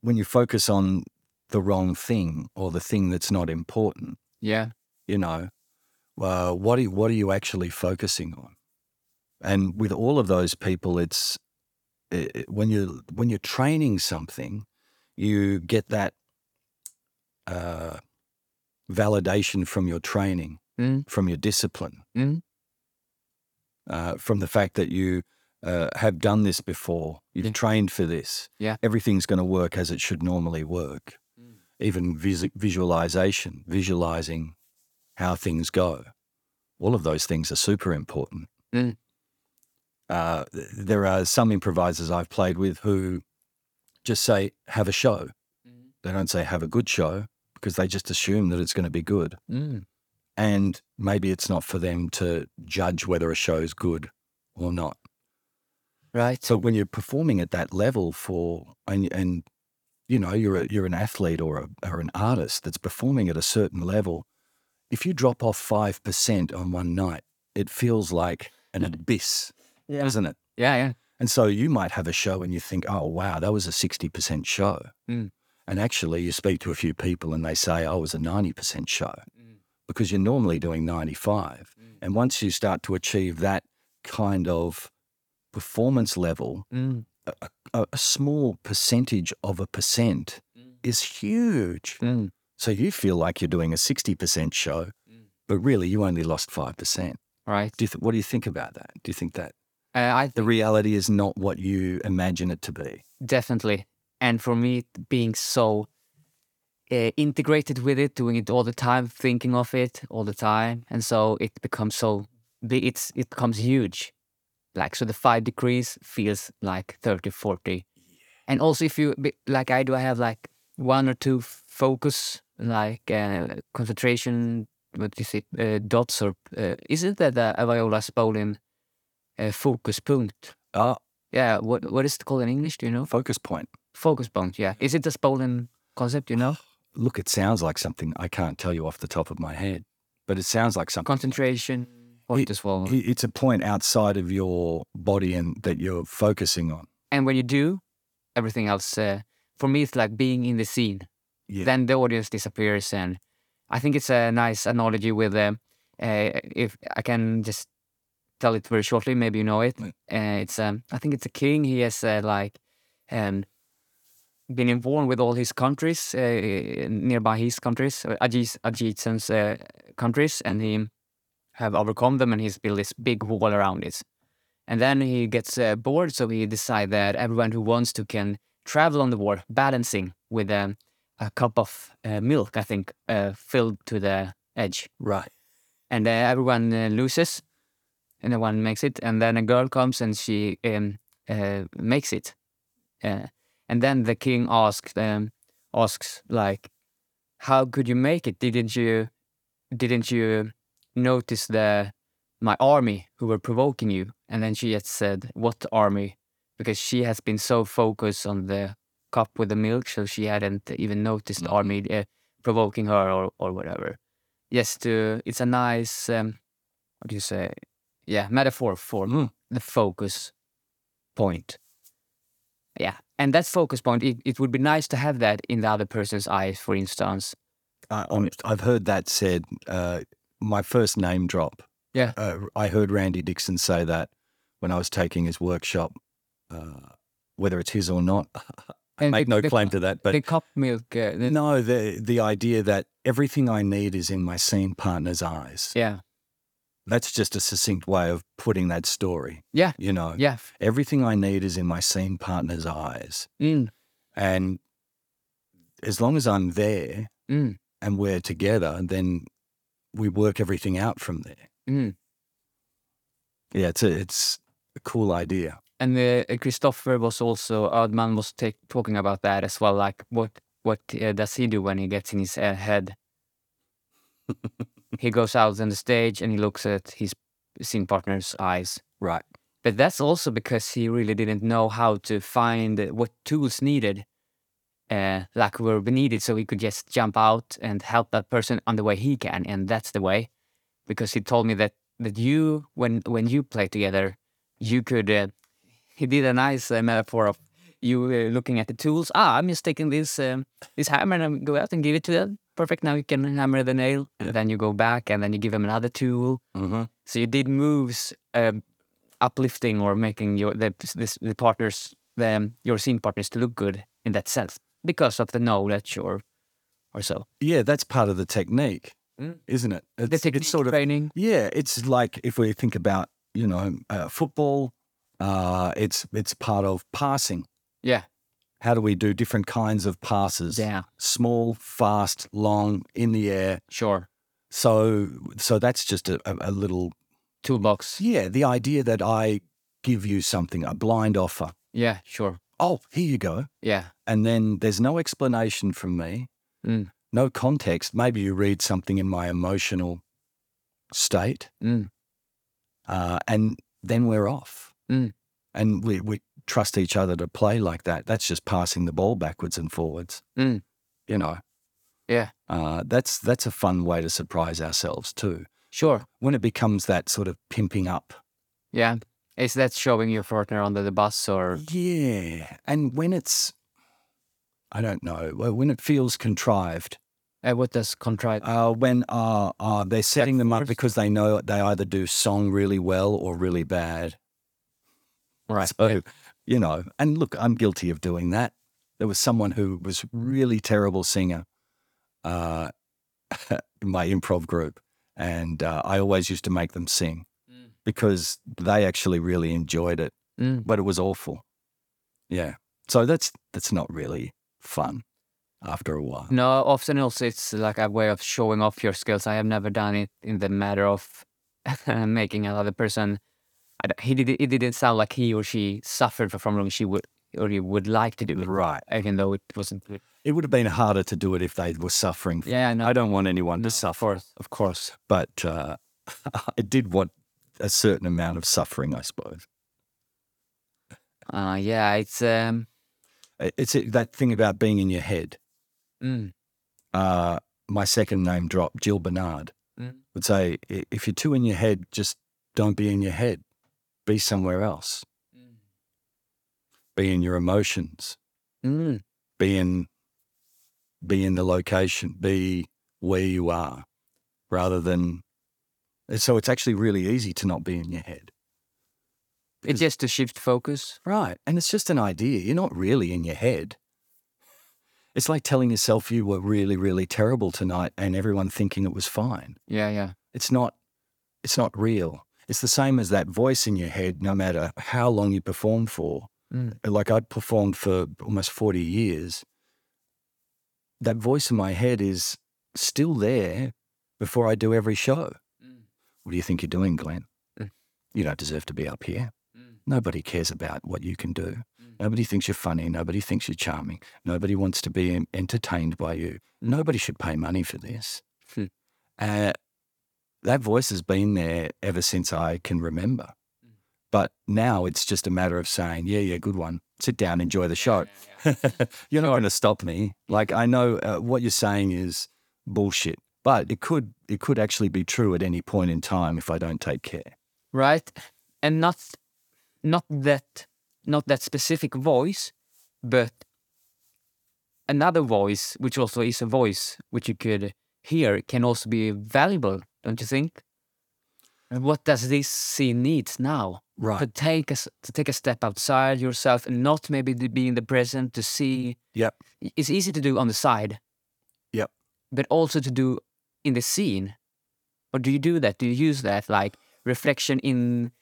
S2: when you focus on the wrong thing or the thing that's not important,
S1: yeah
S2: you know, uh, what are, what are you actually focusing on? And with all of those people, it's i i- when you when you're training something, you get that uh, validation from your training,
S1: Mm.
S2: from your discipline,
S1: Mm.
S2: uh, from the fact that you uh, have done this before, you've
S1: Yeah.
S2: trained for this.
S1: Yeah.
S2: everything's going to work as it should normally work.
S1: Mm.
S2: Even vis- visualization, visualizing how things go. All of those things are super important.
S1: Mm.
S2: Uh, th- there are some improvisers I've played with who just say, have a show. They don't say, have a good show, because they just assume that it's going to be good.
S1: Mm.
S2: And maybe it's not for them to judge whether a show's good or not.
S1: right
S2: So when you're performing at that level for, and, and you know, you're, a, you're an athlete or, a, or an artist that's performing at a certain level, if you drop off 5% on one night, it feels like an abyss,
S1: Mm-hmm. yeah
S2: doesn't it?
S1: yeah yeah
S2: And so you might have a show and you think, oh, wow, that was a 60% show.
S1: Mm.
S2: And actually, you speak to a few people and they say, oh, it was a 90% show
S1: Mm.
S2: because you're normally doing 95.
S1: Mm.
S2: And once you start to achieve that kind of performance level,
S1: Mm.
S2: a, a small percentage of a percent
S1: Mm.
S2: is huge.
S1: Mm.
S2: So you feel like you're doing a 60% show,
S1: Mm.
S2: but really you only lost 5%.
S1: right
S2: Do you th- what do you think about that? Do you think that
S1: uh, I
S2: the reality is not what you imagine it to be?
S1: definitely and for me it being so uh, integrated with it doing it all the time thinking of it all the time and so it becomes so bi- it's it becomes huge like so the five degrees feels like 30 40 and also if you be- like i do i have like one or two f- focus like uh, concentration what is it uh, dots or uh, isn't that the viola spolin uh, focus punct
S2: Ah,
S1: yeah what what is it called in english do you know
S2: focus point.
S1: Focus punct, yeah. Is it the Spolin concept, you know?
S2: Look, it sounds like something I can't tell you off the top of my head, but it sounds like something.
S1: Concentration, point as well.
S2: I- It's a point outside of your body and that you're focusing on.
S1: And when you do, everything else, uh, for me, it's like being in the scene.
S2: Yeah.
S1: Then the audience disappears. And I think it's a nice analogy with, um, uh, if I can just tell it very shortly, maybe you know it.
S2: Yeah.
S1: Uh, it's, um, I think it's a king. He has uh, like, um, been involved with all his countries, uh, nearby his countries, uh, adjac- adjacent uh, countries, and he have overcome them, and he's built this big wall around it. And then he gets uh, bored, so he decides that everyone who wants to can travel on the war, balancing with um, a cup of uh, milk, I think, uh, filled to the edge
S2: Right.
S1: and uh, everyone uh, loses and no one makes it and then a girl comes and she um, uh, makes it uh, and then the king asks um, asks like how could you make it didn't you didn't you notice the my army who were provoking you and then she had said what army because she has been so focused on the cup with the milk so she hadn't even noticed the
S2: Mhm.
S1: army uh, provoking her or, or whatever yes to it's a nice um, what do you say yeah metaphor for
S2: Mm.
S1: the focus point yeah and that focus point it, it would be nice to have that in the other person's eyes for instance
S2: I, I'm, uh, I've heard that said. Uh, my first name drop.
S1: Yeah.
S2: Uh, I heard Randy Dixon say that when I was taking his workshop. Uh, whether it's his or not, I
S1: And
S2: make
S1: the-
S2: no
S1: the-
S2: claim to that. But
S1: the cup milk uh, the-
S2: no, the the idea that everything I need is in my scene partner's eyes.
S1: yeah
S2: That's just a succinct way of putting that story.
S1: Yeah.
S2: You know,
S1: yeah
S2: everything I need is in my scene partner's eyes.
S1: mm,
S2: And as long as I'm there,
S1: mm,
S2: and we're together, and then we work everything out from there.
S1: Mm.
S2: Yeah, it's a, it's a cool idea.
S1: And uh, Christopher was also Erdman was ta- talking about that as well. Like what what uh, does he do when he gets in his uh, head? he goes out on the stage and he looks at his scene partner's eyes.
S2: Right.
S1: But that's also because he really didn't know how to find what tools needed, uh, like were needed, so he could just jump out and help that person on the way he can, and that's the way. Because he told me that that you, when when you play together, you could. Uh, he did a nice uh, metaphor of you uh, looking at the tools. Ah, I'm just taking this um, this hammer and I go out and give it to them. Perfect. Now you can hammer the nail. And then you go back and then you give him another tool.
S2: Mm-hmm.
S1: So you did moves um, uplifting or making your the this, the partners the, um, your scene partners to look good in that sense because of the knowledge or or so.
S2: Yeah, that's part of the technique,
S1: Mm.
S2: isn't it? It's,
S1: the technique
S2: it's sort of
S1: training.
S2: yeah. It's like if we think about you know uh, football, uh, it's it's part of passing.
S1: Yeah.
S2: How do we do different kinds of passes?
S1: Yeah.
S2: Small, fast, long, in the air.
S1: Sure.
S2: So so that's just a, a, a little
S1: Toolbox.
S2: yeah. The idea that I give you something, a blind offer.
S1: Yeah. Sure.
S2: Oh, here you go.
S1: Yeah.
S2: and then there's no explanation from me,
S1: Mm.
S2: no context. Maybe you read something in my emotional state,
S1: Mm.
S2: uh, and then we're off.
S1: Mm.
S2: And we, we trust each other to play like that. That's just passing the ball backwards and forwards.
S1: Mm.
S2: You know.
S1: Yeah.
S2: Uh, that's that's a fun way to surprise ourselves too.
S1: Sure.
S2: When it becomes that sort of pimping up.
S1: Yeah. Is that showing your partner under the bus or
S2: Yeah. And when it's I don't know, well, when it feels contrived,
S1: uh, what does contrite?
S2: Uh, when uh, uh, they're setting them up
S1: forth?
S2: because they know they either do song really well or really bad.
S1: right.
S2: So, you know, and look, I'm guilty of doing that. There was someone who was really terrible singer uh, in my improv group, and uh, I always used to make them sing
S1: Mm.
S2: because they actually really enjoyed it,
S1: Mm.
S2: but it was awful. Yeah, so that's that's not really fun after a while.
S1: No, often also it's like a way of showing off your skills. I have never done it in the matter of making another person. I d he did. It didn't sound like he or she suffered from wrong. She would or he would like to do it,
S2: Mm. Right.
S1: even though it wasn't. good.
S2: It would have been harder to do it if they were suffering
S1: Yeah, I know.
S2: I don't want anyone
S1: No,
S2: to
S1: of
S2: suffer, of course, but uh, I did want a certain amount of suffering, I suppose.
S1: Uh, yeah, it's um.
S2: I- It's it- that thing about being in your head.
S1: Mm,
S2: Uh, my second name drop, Jill Bernard,
S1: Mm.
S2: would say, "I- if you're too in your head, just don't be in your head. Be somewhere else. Be in your emotions.
S1: mm,
S2: Be in, be in the location. Be where you are, rather than." So it's actually really easy to not be in your head.
S1: it's just to shift focus.
S2: Right. And it's just an idea. You're not really in your head. It's like telling yourself you were really, really terrible tonight and everyone thinking it was fine.
S1: Yeah, yeah.
S2: It's not it's not real. It's the same as that voice in your head, no matter how long you perform for.
S1: Mm.
S2: Like I'd performed for almost 40 years. That voice in my head is still there before I do every show.
S1: Mm.
S2: What do you think you're doing, Glenn?
S1: Mm.
S2: You don't deserve to be up here.
S1: Mm.
S2: Nobody cares about what you can do.
S1: Mm.
S2: Nobody thinks you're funny. Nobody thinks you're charming. Nobody wants to be en- entertained by you. Nobody should pay money for this.
S1: Hmm.
S2: Uh, that voice has been there ever since I can remember.
S1: Mm.
S2: But now it's just a matter of saying, yeah, yeah, good one. Sit down, enjoy the show. you're not going to stop me. Like I know uh, what you're saying is bullshit, but it could it could actually be true at any point in time if I don't take care.
S1: right and not not that not that specific voice but another voice which also is a voice which you could hear can also be valuable don't you think and what does this scene need now
S2: Right.
S1: to take us to take a step outside yourself and not maybe to be in the present to see
S2: Yep.
S1: it's easy to do on the side
S2: Yep.
S1: but also to do in the scene or do you do that do you use that like reflection in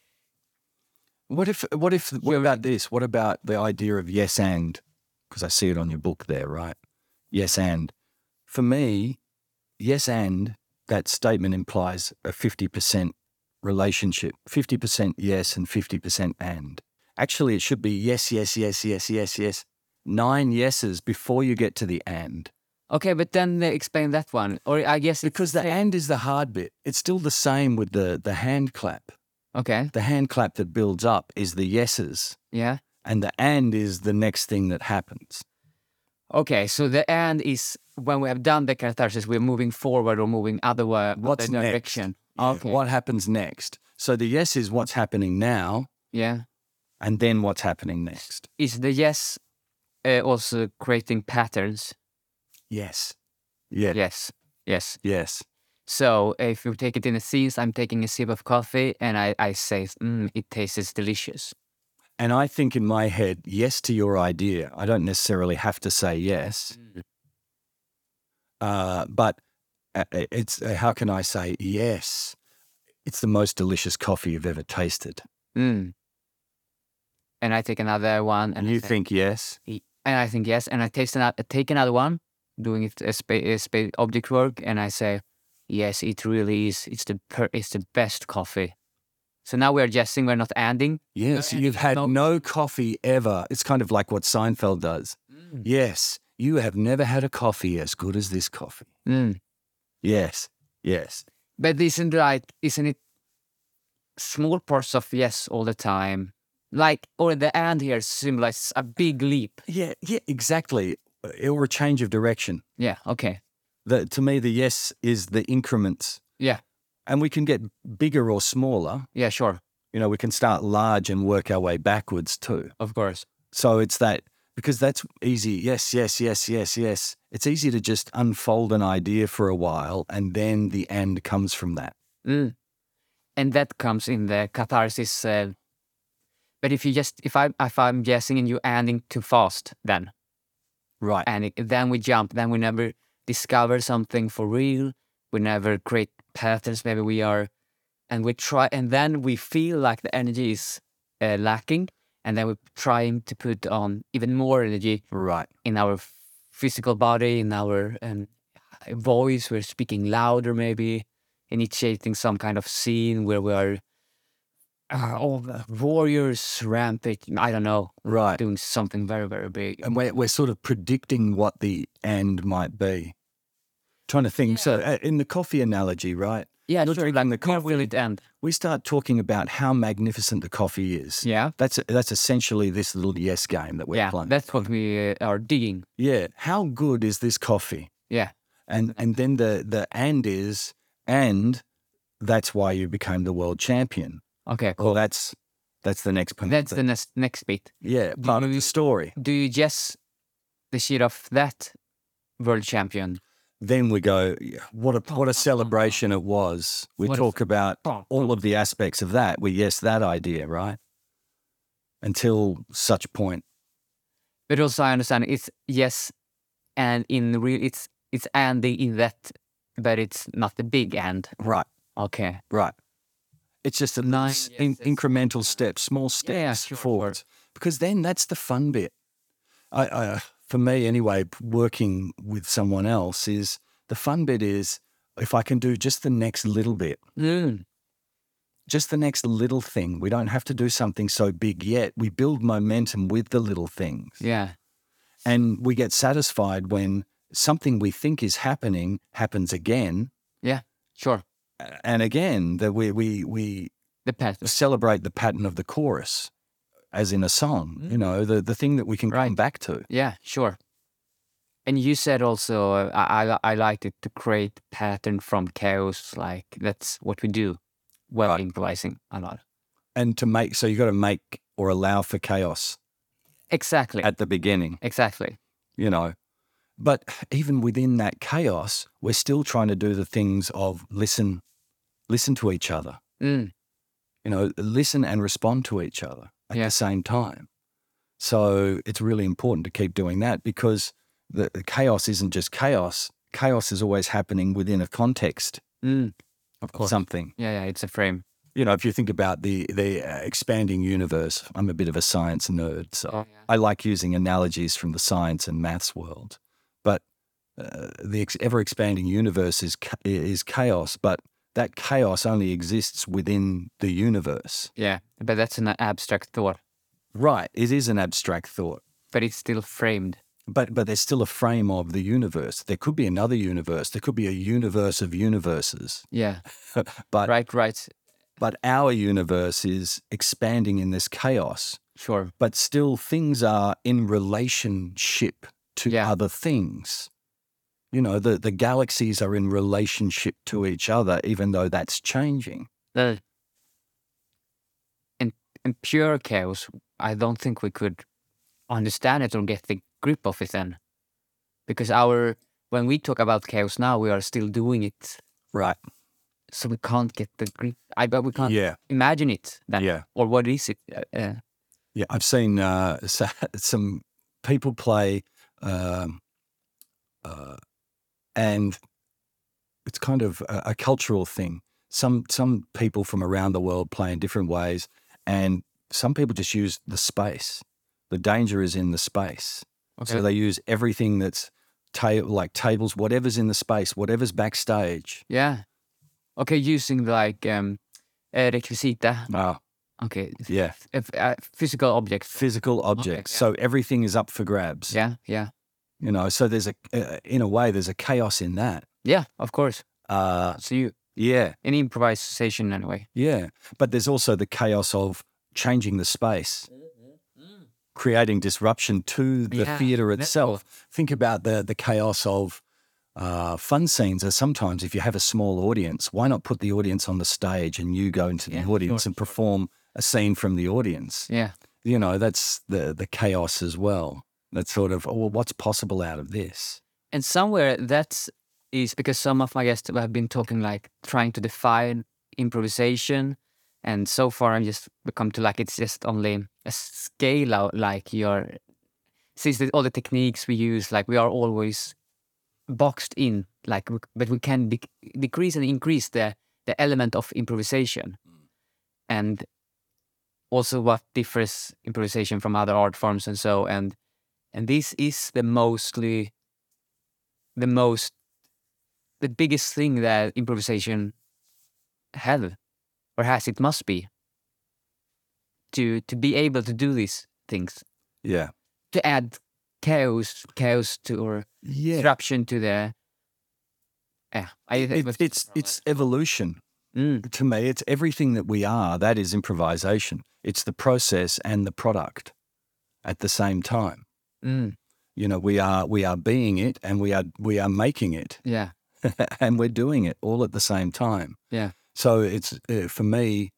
S2: What if what if what about this? What about the idea of yes and? Because I see it on your book there, right? Yes and. For me, yes, and that statement implies a 50% relationship 50% yes and 50% and. Actually, it should be yes, yes, yes, yes, yes, yes. Nine yeses before you get to the and.
S1: Okay, but then they explain that one, or I guess it's
S2: Because the
S1: same-
S2: and is the hard bit. It's still the same with the, the hand clap.
S1: okay,
S2: The hand clap that builds up is the yeses,
S1: yeah,
S2: and the and is the next thing that happens.
S1: okay. So the and is when we have done the catharsis, we're moving forward or moving other wa-
S2: What's
S1: other
S2: next?
S1: direction.
S2: Yeah,
S1: Okay,
S2: Uh, What happens next? So the yes is what's happening now,
S1: yeah.
S2: and then what's happening next.
S1: Is the yes uh, also creating patterns?
S2: Yes. Yeah.
S1: Yes, yes.
S2: Yes.
S1: So if you take it in a scenes, I'm taking a sip of coffee and I, I say, mm, it tastes delicious.
S2: And I think in my head, yes to your idea. I don't necessarily have to say yes, uh, but uh, it's uh, how can I say yes? It's the most delicious coffee you've ever tasted.
S1: Mm. And I take another one, and
S2: And
S1: I
S2: you
S1: say-
S2: think yes?
S1: and I think yes, and I taste another, take another one, doing it as spa- as spa- object work, and I say, yes, it really is. It's the per- it's the best coffee. So now we're guessing, we're not ending.
S2: Yes,
S1: No,
S2: you've had
S1: no.
S2: no coffee ever. It's kind of like what Seinfeld does. Yes, you have never had a coffee as good as this coffee.
S1: Mm.
S2: Yes, yes.
S1: But isn't right? Isn't it small parts of yes all the time? Like or the end here symbolizes a big leap.
S2: Yeah, yeah, exactly. Uh, Or a change of direction.
S1: Yeah. Okay.
S2: The, to me, the yes is the increments.
S1: Yeah.
S2: And we can get bigger or smaller.
S1: Yeah. Sure.
S2: You know, we can start large and work our way backwards too.
S1: Of course.
S2: So it's that because that's easy. Yes, yes, yes, yes, yes. It's easy to just unfold an idea for a while and then the end comes from that.
S1: Mm. And that comes in the catharsis. Uh, but if you just if I if I'm guessing and you ending too fast, then
S2: Right.
S1: and it, then we jump, then we never discover something for real. We never create patterns. Maybe we are, and we try, and then we feel like the energy is uh, lacking, and then we're trying to put on even more energy
S2: Right.
S1: in our f- physical body, in our um, voice. We're speaking louder, maybe initiating some kind of scene where we are uh, all the warriors rampaging. I don't know,
S2: Right.
S1: doing something very, very big.
S2: And we're, we're sort of predicting what the end might be. Trying to think. So, uh, in the coffee analogy, right?
S1: yeah,
S2: you're
S1: sure.
S2: drinking
S1: Like,
S2: the
S1: where will it end?
S2: We start talking about how magnificent the coffee is.
S1: Yeah.
S2: That's that's essentially this little yes game that we're
S1: yeah,
S2: playing.
S1: that's what we uh, are digging.
S2: yeah. How good is this coffee?
S1: Yeah.
S2: And and then the the and is and that's why you became the world champion.
S1: Okay.
S2: Well, that's that's the next point.
S1: That's the next next bit.
S2: yeah part of the story.
S1: Do you just the shit of that world champion?
S2: Then we go. yeah, What a what a celebration it was. We
S1: What a-
S2: talk about all of the aspects of that. We yes that idea right until such point.
S1: But also, I understand it's yes, and in real, it's it's ending in that, but it's not the big end.
S2: Right.
S1: Okay.
S2: Right. It's just a
S1: Nine
S2: nice in-
S1: yeses.
S2: incremental steps, small steps
S1: Yeah, sure, sure.
S2: forward. Because then that's the fun bit. I, I, for me, anyway, p- working with someone else is the fun bit is if I can do just the next little bit,
S1: Mm.
S2: just the next little thing. We don't have to do something so big yet. We build momentum with the little things.
S1: Yeah.
S2: And we get satisfied when something we think is happening happens again
S1: Sure.
S2: a- and again, that we, we, we
S1: The path.
S2: celebrate the pattern of the chorus as in a song, you know, the, the thing that we can come
S1: Right.
S2: back to.
S1: Yeah. Sure. And you said also uh, I I, I liked it to create pattern from chaos. Like that's what we do. Well,
S2: Right.
S1: improvising a lot.
S2: And to make, so you got to make or allow for chaos
S1: Exactly.
S2: at the beginning,
S1: exactly.
S2: you know. But even within that chaos, we're still trying to do the things of listen, listen to each other,
S1: Mm.
S2: you know, listen and respond to each other at
S1: Yeah.
S2: the same time. So it's really important to keep doing that because the, the chaos isn't just chaos. Chaos is always happening within a context
S1: Mm.
S2: of
S1: course.
S2: something.
S1: Yeah, yeah, it's a frame.
S2: you know, if you think about the the uh, expanding universe, I'm a bit of a science nerd, so I like using analogies from the science and maths world. But uh, the ex- ever expanding universe is cha- is chaos, but that chaos only exists within the universe.
S1: Yeah, but that's an abstract thought,
S2: Right, it is an abstract thought,
S1: but it's still framed.
S2: but but there's still a frame of the universe. There could be another universe. There could be a universe of universes.
S1: Yeah,
S2: but
S1: right, right.
S2: but our universe is expanding in this chaos.
S1: Sure.
S2: But still, things are in relationship to
S1: Yeah.
S2: other things. You know, the, the galaxies are in relationship to each other, even though that's changing.
S1: Uh, in in pure chaos, I don't think we could understand it or get the grip of it then, because our when we talk about chaos now, we are still doing it,
S2: Right.
S1: so we can't get the grip. I bet we can't
S2: Yeah.
S1: imagine it then.
S2: Yeah.
S1: Or what is it? Uh, uh,
S2: Yeah. I've seen uh, sa- some people play, um, uh, and it's kind of a, a cultural thing. Some some people from around the world play in different ways, and some people just use the space. The danger is in the space. So they use everything that's ta- like tables, whatever's in the space, whatever's backstage.
S1: yeah. Okay, using like um, uh, requisita.
S2: Ah,
S1: Okay,
S2: yeah.
S1: f- uh, physical objects.
S2: Physical objects.
S1: yeah.
S2: So everything is up for grabs.
S1: Yeah, yeah,
S2: You know, so there's a, uh, in a way, there's a chaos in that.
S1: yeah. Of course.
S2: Uh,
S1: So you
S2: yeah,
S1: an improvisation anyway.
S2: yeah. But there's also the chaos of changing the space, creating disruption to the
S1: Yeah,
S2: theatre
S1: that-
S2: itself. Think about the, the chaos of uh, fun scenes are sometimes if you have a small audience, why not put the audience on the stage and you go into the
S1: Yeah, sure,
S2: audience and perform a scene from the audience?
S1: Yeah.
S2: You know, that's the the chaos as well. That's sort of, oh, well, what's possible out of this?
S1: And somewhere that is because some of my guests have been talking like trying to define improvisation. And so far, I'm just become to like it's just only a scale out, like your since the, all the techniques we use, like we are always boxed in, like we- but we can dec decrease and increase the the element of improvisation, and also what differs improvisation from other art forms and so and and this is the mostly the most the biggest thing that improvisation had or has it must be to to be able to do these things
S2: Yeah.
S1: to add chaos chaos to or
S2: Yeah.
S1: disruption to the yeah I think
S2: It-
S1: was-
S2: it's it's evolution
S1: mm,
S2: to me. It's everything that we are. That is improvisation. It's the process and the product at the same time.
S1: mm,
S2: You know, we are we are being it, and we are we are making it,
S1: yeah
S2: and we're doing it all at the same time.
S1: yeah
S2: So it's uh, for me.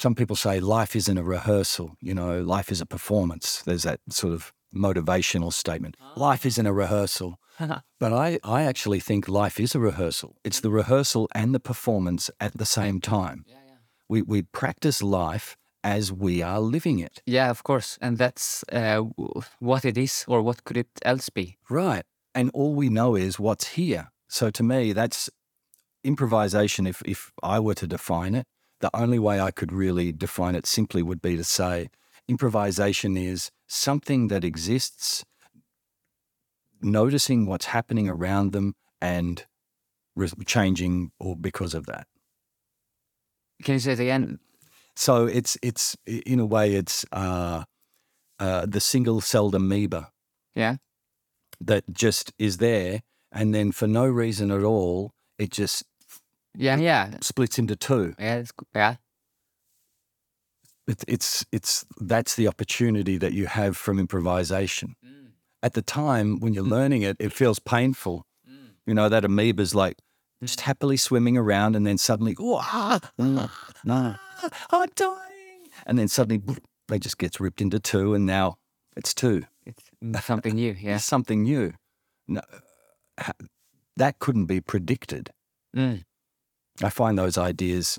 S2: Some people say life isn't a rehearsal. You know, life is a performance. There's that sort of motivational statement. Life isn't a rehearsal. But I, I actually think life is a rehearsal. It's the rehearsal and the performance at the same time.
S1: yeah yeah
S2: We, we practice life as we are living it.
S1: yeah of course and that's uh, w- what it is or what could it else be
S2: Right. And all we know is what's here. So to me, that's improvisation. If, if I were to define it, the only way I could really define it simply would be to say improvisation is something that exists, noticing what's happening around them and re- changing or because of that.
S1: can you say it again
S2: So it's it's i- in a way it's uh, uh, the single celled amoeba
S1: yeah
S2: that just is there, and then for no reason at all, it just
S1: yeah yeah
S2: splits into two.
S1: yeah it's, g- yeah
S2: It, it's it's that's the opportunity that you have from improvisation.
S1: Mm.
S2: At the time when you're learning it, it feels painful. You know that amoeba's like just happily swimming around, and then suddenly, oh, ah, ah,
S1: no
S2: ah, I'm dying, and then suddenly they just gets ripped into two, and now it's two.
S1: it's mm, something new yeah
S2: is something new. No, uh, ha- that couldn't be predicted.
S1: Mm,
S2: I find those ideas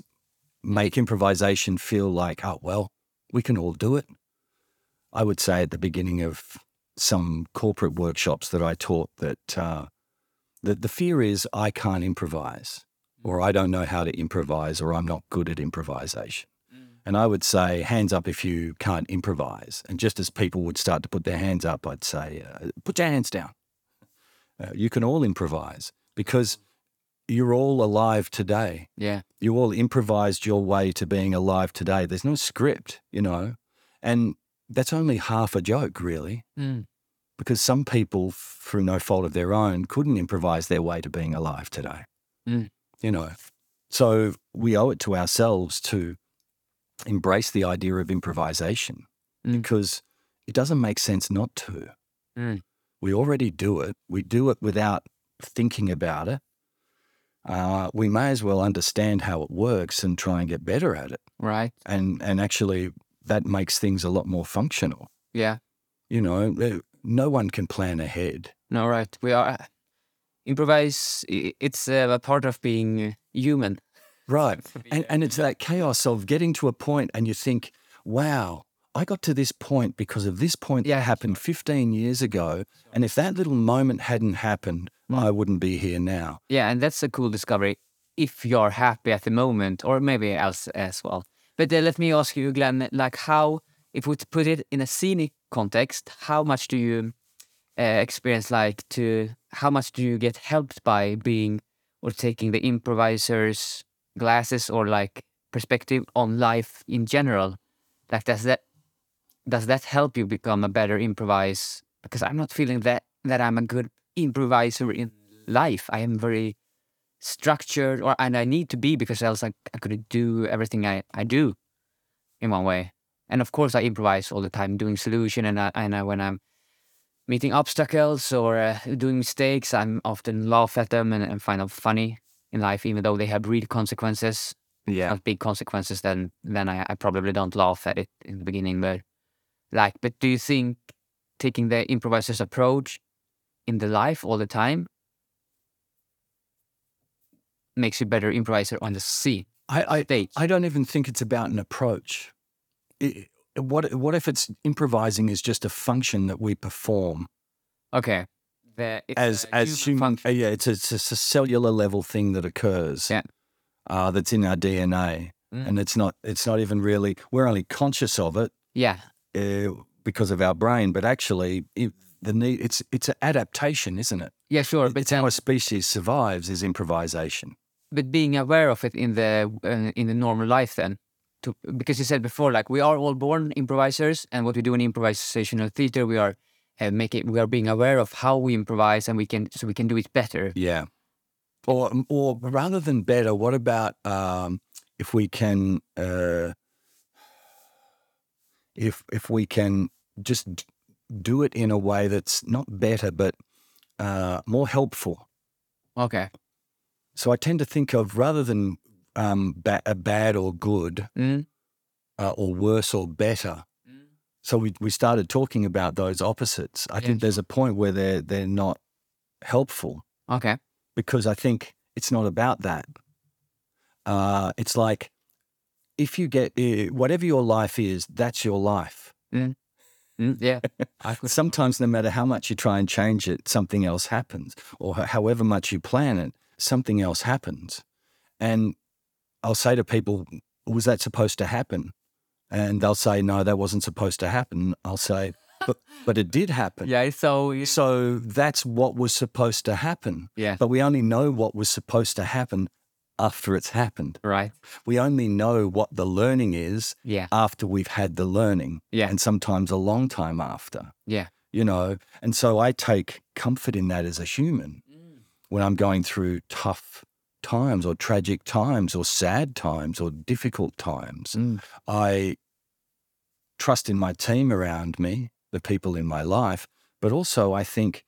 S2: make improvisation feel like, oh, well, we can all do it. I would say at the beginning of some corporate workshops that I taught that, uh, that the fear is I can't improvise or I don't know how to improvise or I'm not good at improvisation. And I would say, hands up if you can't improvise. And just as people would start to put their hands up, I'd say, uh, put your hands down. Uh, you can all improvise because you're all alive today.
S1: Yeah.
S2: You all improvised your way to being alive today. There's no script, you know, and that's only half a joke, really,
S1: Mm.
S2: because some people, f- through no fault of their own, couldn't improvise their way to being alive today.
S1: Mm.
S2: You know, so we owe it to ourselves to embrace the idea of improvisation
S1: Mm.
S2: because it doesn't make sense not to.
S1: Mm.
S2: We already do it. We do it without thinking about it. Uh, we may as well understand how it works and try and get better at it.
S1: Right.
S2: And and actually, that makes things a lot more functional.
S1: Yeah.
S2: You know, uh, no one can plan ahead.
S1: No. Right. We are uh, improvise. i- It's uh, a part of being uh, human.
S2: Right. And, and it's that chaos of getting to a point and you think, wow, I got to this point because of this point
S1: Yeah.
S2: that happened 15 years ago. And if that little moment hadn't happened, I wouldn't be here now.
S1: Yeah, and that's a cool discovery if you're happy at the moment, or maybe else as well. But uh, let me ask you, Glenn, like how, if we put it in a scenic context, how much do you uh, experience like to, how much do you get helped by being or taking the improviser's glasses or like perspective on life in general? Like, does that does that help you become a better improvise? Because I'm not feeling that that I'm a good improviser in life. I am very structured, or and I need to be because else I, I couldn't do everything I, I do, in one way. And of course, I improvise all the time, doing solution, and I, and I, when I'm meeting obstacles or uh, doing mistakes, I'm often laugh at them and, and find them funny in life, even though they have real consequences.
S2: Yeah.
S1: Not big consequences, then then I, I probably don't laugh at it in the beginning, but like but do you think taking the improviser's approach in the life all the time makes you better improviser on the sea
S2: I, I,
S1: stage
S2: I don't even think it's about an approach. I I- what, what if it's improvising is just a function that we perform
S1: okay the, it's
S2: as
S1: a
S2: as
S1: human
S2: human?
S1: function.
S2: uh, yeah, it's a, it's a cellular level thing that occurs.
S1: Yeah.
S2: Uh, that's in our DNA,
S1: Mm.
S2: and it's not it's not even really we're only conscious of it
S1: yeah
S2: uh, because of our brain, but actually it, the need it's it's an adaptation, isn't it?
S1: yeah sure but
S2: It's how a species survives is improvisation.
S1: but being aware of it in the uh, in the normal life then to, because you said before like we are all born improvisers and what we do in improvisational theater we are uh, making we are being aware of how we improvise and we can so we can do it better
S2: Yeah. Or um, or rather than better, what about um, if we can uh, if if we can just d- do it in a way that's not better but uh, more helpful.
S1: okay
S2: So I tend to think of rather than um, ba- a bad or good
S1: mm?
S2: uh, or worse or better.
S1: Mm.
S2: So we we started talking about those opposites. I
S1: Yeah,
S2: think there's a point where they're they're not helpful.
S1: okay
S2: because I think it's not about that. Uh, it's like if you get uh, whatever your life is, that's your life.
S1: Mm, yeah I could-
S2: Sometimes, no matter how much you try and change it, something else happens, or ho- however much you plan it, something else happens. And I'll say to people, "Was that supposed to happen?" And they'll say, "No, that wasn't supposed to happen." I'll say, "But, but it did happen."
S1: Yeah, so you-
S2: So that's what was supposed to happen.
S1: yeah,
S2: But we only know what was supposed to happen after it's happened.
S1: right.
S2: We only know what the learning is
S1: Yeah,
S2: after we've had the learning,
S1: yeah,
S2: and sometimes a long time after,
S1: yeah.
S2: you know. And so I take comfort in that as a human
S1: Mm.
S2: when I'm going through tough times or tragic times or sad times or difficult times.
S1: Mm.
S2: I trust in my team around me, the people in my life, but also I think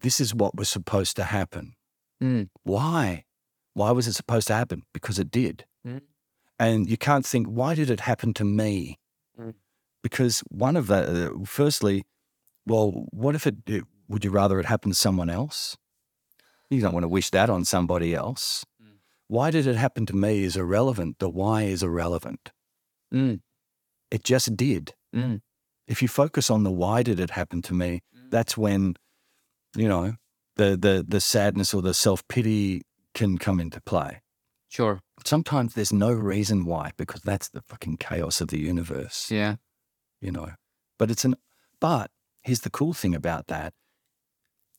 S2: this is what was supposed to happen.
S1: Mm.
S2: Why? Why was it supposed to happen? Because it did.
S1: Mm.
S2: And you can't think, why did it happen to me?
S1: Mm.
S2: Because one of the, uh, firstly, well, what if it, it, would you rather it happened to someone else? You don't want to wish that on somebody else.
S1: Mm.
S2: Why did it happen to me is irrelevant. The why is irrelevant.
S1: Mm.
S2: It just did.
S1: Mm.
S2: If you focus on the why did it happen to me, that's when, you know, the the the sadness or the self pity can come into play.
S1: sure.
S2: sometimes there's no reason why because that's the fucking chaos of the universe
S1: Yeah.
S2: you know but it's an but here's the cool thing about that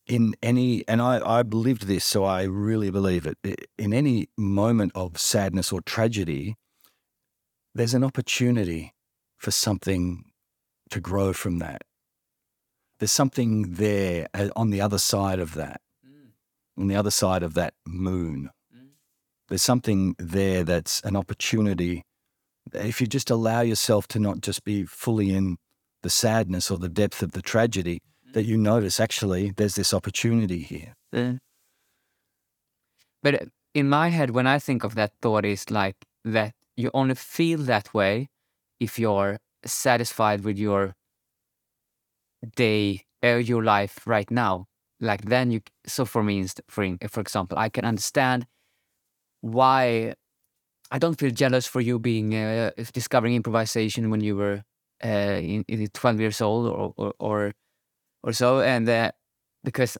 S2: in any, and I, I've lived this, so I really believe it. I- In any moment of sadness or tragedy, there's an opportunity for something to grow from that. There's something there uh, on the other side of that, on the other side of that moon. There's something there that's an opportunity. that If you just allow yourself to not just be fully in the sadness or the depth of the tragedy, that you notice actually there's this opportunity here.
S1: Uh, But uh, in my head, when I think of that thought, is like that you only feel that way if you're satisfied with your day, uh, your life right now. Like then you. c- So for me, inst- for in- for example, I can understand why I don't feel jealous for you being uh, if discovering improvisation when you were uh, in, in 12 years old or or or, or so, and uh, because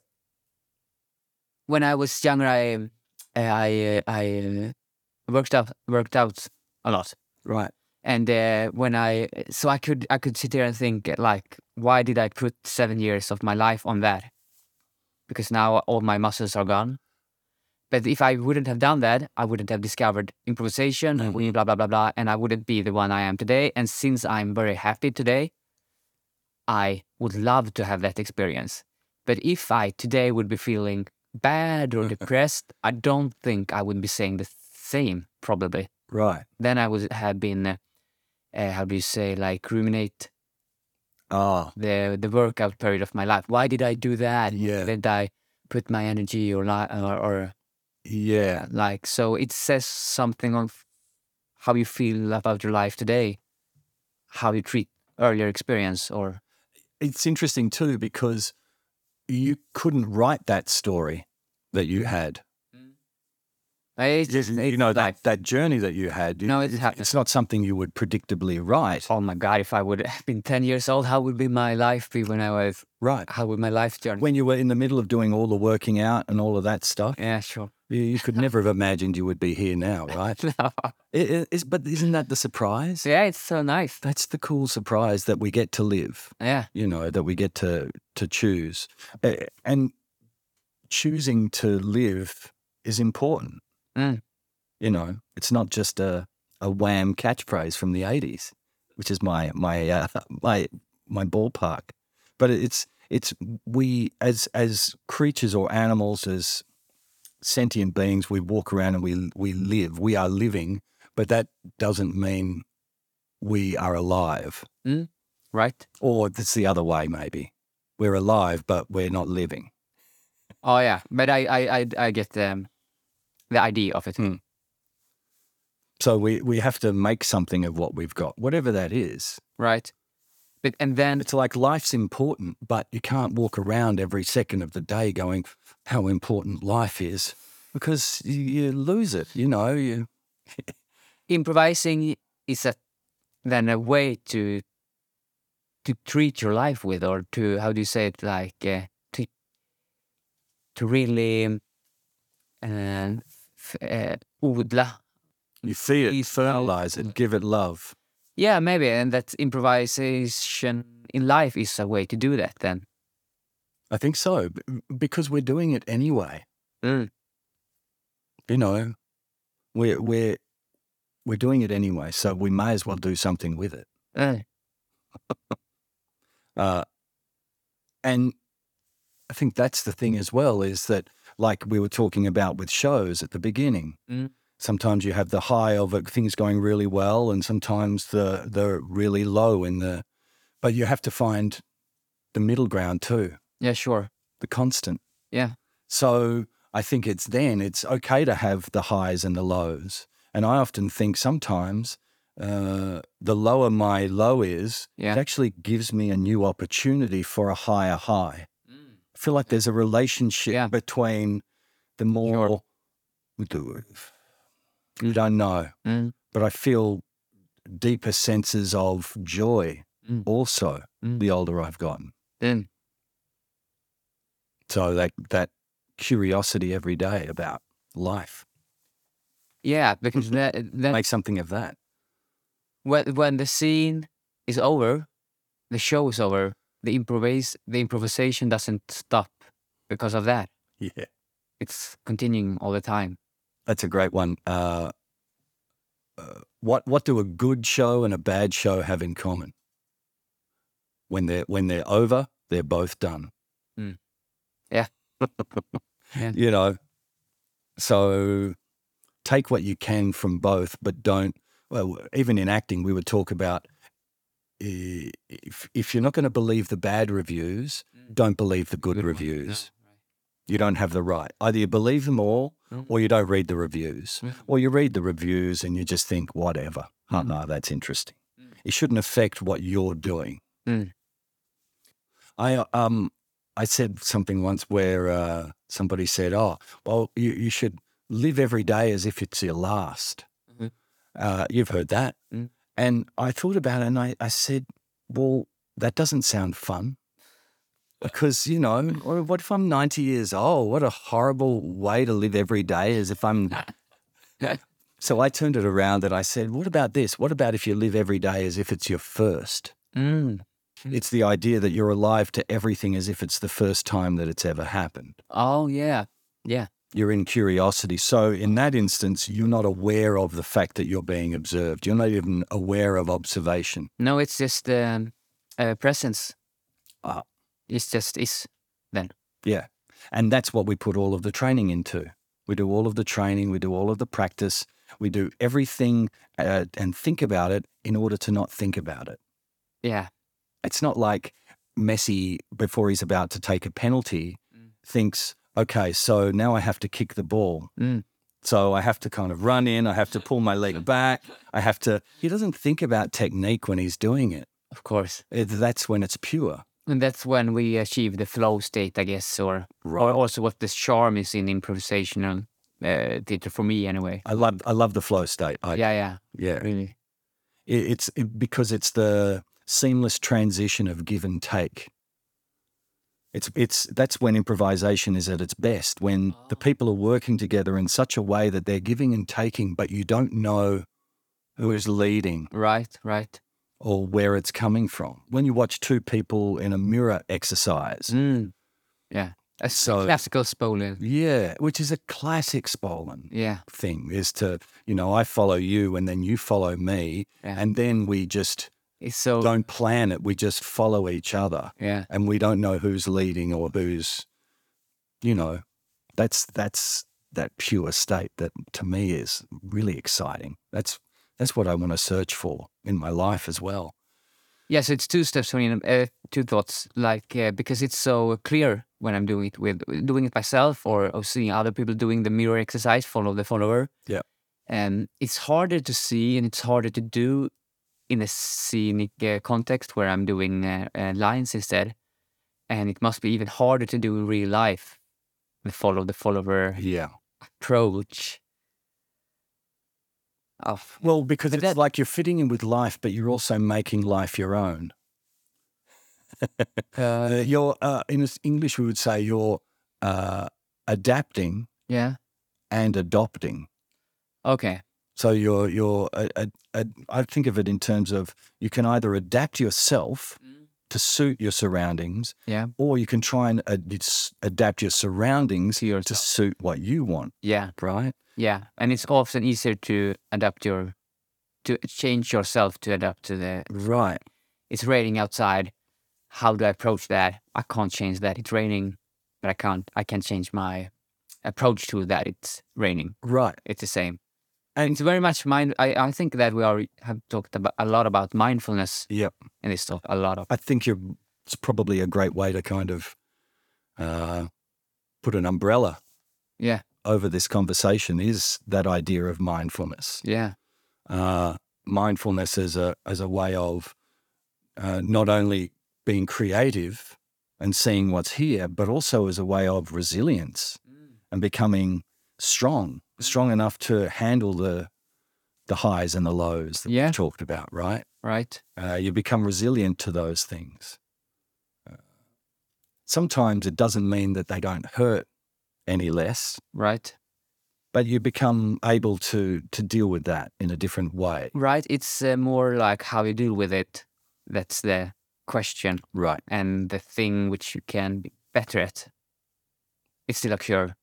S1: when I was younger, I um, uh, I uh, I uh, worked out worked out a lot,
S2: Right.
S1: and uh, when I so I could I could sit there and think uh, like, why did I put seven years of my life on that? Because now all my muscles are gone. But if I wouldn't have done that, I wouldn't have discovered improvisation,
S2: Mhm.
S1: blah blah blah blah, and I wouldn't be the one I am today. And since I'm very happy today, I would love to have that experience. But if I today would be feeling bad or depressed, I don't think I would be saying the same, probably.
S2: Right.
S1: Then I would have been, uh, uh, how do you say, like ruminate
S2: Ah,
S1: the the workout period of my life. Why did I do that?
S2: Yeah.
S1: Did I put my energy or li- or, or
S2: yeah.
S1: like so? It says something on f- how you feel about your life today, how you treat earlier experience, or
S2: It's interesting too because you couldn't write that story that you had.
S1: eh, it's,
S2: Yes, you know
S1: life.
S2: that, that journey that you had.
S1: No, it happens.
S2: it's not something you would predictably write.
S1: Oh my god! If I would have been ten years old, how would be my life be when I was?
S2: Right.
S1: How would my life journey?
S2: When you were in the middle of doing all the working out and all of that stuff,
S1: yeah, sure.
S2: you, you could never have imagined you would be here now, right? It- it- it's- but isn't that the surprise?
S1: yeah, it's so nice.
S2: That's the cool surprise that we get to live.
S1: Yeah,
S2: you know that we get to to choose A- and choosing to live is important
S1: Mm.
S2: you know it's not just a a wham catchphrase from the 80s which is my my uh, my my ballpark but it's it's we as as creatures or animals as sentient beings we walk around and we we live we are living but that doesn't mean we are alive
S1: right.
S2: or it's the other way, maybe. We're alive, but we're not living.
S1: Oh yeah, but I I I, I get um, the idea of it.
S2: Mm. So we, we have to make something of what we've got, whatever that is.
S1: Right. But and then
S2: It's like life's important, but you can't walk around every second of the day going, how important life is, because you, you lose it. You know, you,
S1: improvising is a then a way to to treat your life with, or to how do you say it? Like uh, to to really um, uh, f- uh, odla
S2: you feed
S1: It's-
S2: fertilize it, give it love.
S1: Yeah, maybe, and that improvisation in life is a way to do that. Then,
S2: I think so, b- because we're doing it anyway.
S1: Mm.
S2: You know, we're, we're, we're doing it anyway, so we may as well do something with it.
S1: Uh,
S2: Uh, and I think that's the thing as well is that, like we were talking about with shows at the beginning,
S1: Mm.
S2: sometimes you have the high of it, things going really well, and sometimes the the really low in the. But you have to find the middle ground too,
S1: yeah, sure.
S2: the constant.
S1: Yeah.
S2: So I think it's then it's okay to have the highs and the lows, and I often think sometimes uh, the lower my low is,
S1: Yeah.
S2: it actually gives me a new opportunity for a higher high. I feel like there's a relationship
S1: Yeah.
S2: between the more we do. I
S1: Mm.
S2: don't know,
S1: Mm.
S2: but I feel deeper senses of joy
S1: Mm.
S2: also
S1: Mm.
S2: the older I've gotten.
S1: Mm.
S2: So that that curiosity every day about life,
S1: Yeah, because that, that
S2: make something of that.
S1: when when the scene is over, the show is over. The improvise the improvisation doesn't stop because of that.
S2: Yeah.
S1: It's continuing all the time.
S2: That's a great one. Uh, uh, what what do a good show and a bad show have in common? When they're when they're over, they're both done.
S1: Mm. Yeah. Yeah.
S2: You know, so take what you can from both, but don't. Well, even in acting, we would talk about eh, if if you're not going to believe the bad reviews,
S1: Mm.
S2: don't believe the good,
S1: Good one.
S2: reviews.
S1: No, right.
S2: You don't have the right. Either you believe them all,
S1: Mm.
S2: or you don't read the reviews.
S1: Mm.
S2: Or you read the reviews and you just think, whatever. Oh,
S1: Mm.
S2: no, that's interesting.
S1: Mm.
S2: It shouldn't affect what you're doing.
S1: Mm.
S2: I um I said something once where uh, somebody said, "Oh, well, you, you should live every day as if it's your last."
S1: Mhm.
S2: Uh, you've heard that,
S1: Mm.
S2: and I thought about it, and I, I said, "Well, that doesn't sound fun." Because you know, or what if I'm 90 years old? What a horrible way to live every day, as if I'm. so I turned it around and I said, "What about this? What about if you live every day as if it's your first?
S1: Mm. Mm.
S2: It's the idea that you're alive to everything as if it's the first time that it's ever happened.
S1: Oh, yeah.
S2: You're in curiosity. So, in that instance, you're not aware of the fact that you're being observed. You're not even aware of observation.
S1: No, it's just um, uh, presence.
S2: Ah.
S1: It's just is.
S2: Yeah. And that's what we put all of the training into. We do all of the training, we do all of the practice, we do everything uh, and think about it in order to not think about it.
S1: Yeah.
S2: It's not like Messi, before he's about to take a penalty,
S1: Mm.
S2: thinks, okay, so now I have to kick the ball.
S1: Mm.
S2: So I have to kind of run in, I have to pull my leg back, I have to. He doesn't think about technique when he's doing it.
S1: Of course.
S2: It- That's when it's pure.
S1: And that's when we achieve the flow state, I guess, or, or also what the charm is in improvisational uh, theater for me, anyway.
S2: I love I love the flow state. I,
S1: yeah, yeah,
S2: yeah.
S1: really.
S2: It- it's it- because it's the seamless transition of give and take. It's it's that's when improvisation is at its best when the
S1: Ah.
S2: people are working together in such a way that they're giving and taking, but you don't know who is leading.
S1: Right, right.
S2: or where it's coming from. When you watch two people in a mirror exercise,
S1: Mm. Yeah. A s-
S2: So-
S1: classical Spolin.
S2: yeah, which is a classic Spolan
S1: Yeah,
S2: thing, is to, you know, I follow you and then you follow me.
S1: Yeah. Oh.
S2: And then we just
S1: it's so.
S2: don't plan it, we just follow each other
S1: Yeah,
S2: and we don't know who's leading or who's, you know, that's, that's, that pure state that to me is really exciting. That's that's what I want to search for in my life as well.
S1: yeah. So it's two steps from in, uh, two thoughts, like uh, because it's so clear when I'm doing it with uh, doing it myself or, or seeing other people doing the mirror exercise, follow the follower.
S2: Yeah.
S1: And it's harder to see and it's harder to do in a scenic uh, context where I'm doing uh, uh, lines instead, and it must be even harder to do in real life. The follow the follower
S2: Yeah.
S1: approach. Oh,
S2: Well, because
S1: But
S2: it's
S1: that-
S2: like you're fitting in with life, but you're also making life your own.
S1: uh,
S2: Uh, you're uh, in s- English, we would say you're uh, adapting
S1: yeah.
S2: and adopting.
S1: Okay.
S2: So you're you're a, a, a, I think of it in terms of you can either adapt yourself to suit your surroundings,
S1: Yeah.
S2: or you can try and ad- s- adapt your surroundings
S1: To
S2: to
S1: yourself.
S2: suit what you want.
S1: Yeah,
S2: Right?
S1: yeah, and it's often easier to adapt your, to change yourself to adapt to the.
S2: Right.
S1: It's raining outside. How do I approach that? I can't change that. It's raining, but I can't. I can change my approach to that. It's raining.
S2: Right.
S1: It's the same.
S2: And-
S1: it's very much mind. I, I think that we are have talked about a lot about mindfulness
S2: Yep.
S1: in this talk. A lot of
S2: I think you're, it's probably a great way to kind of uh, put an umbrella
S1: Yeah.
S2: over this conversation is that idea of mindfulness.
S1: yeah,
S2: Uh, mindfulness as a, as a way of uh, not only being creative and seeing what's here, but also as a way of resilience and becoming strong, strong enough to handle the, the highs and the lows that
S1: Yeah.
S2: we've talked about, right?
S1: right.
S2: uh, you become resilient to those things. Uh, Sometimes it doesn't mean that they don't hurt any less,
S1: Right.
S2: but you become able to to deal with that in a different way.
S1: Right. It's uh, more like how you deal with it. That's the question.
S2: Right.
S1: and the thing which you can be better at. It's still a curve.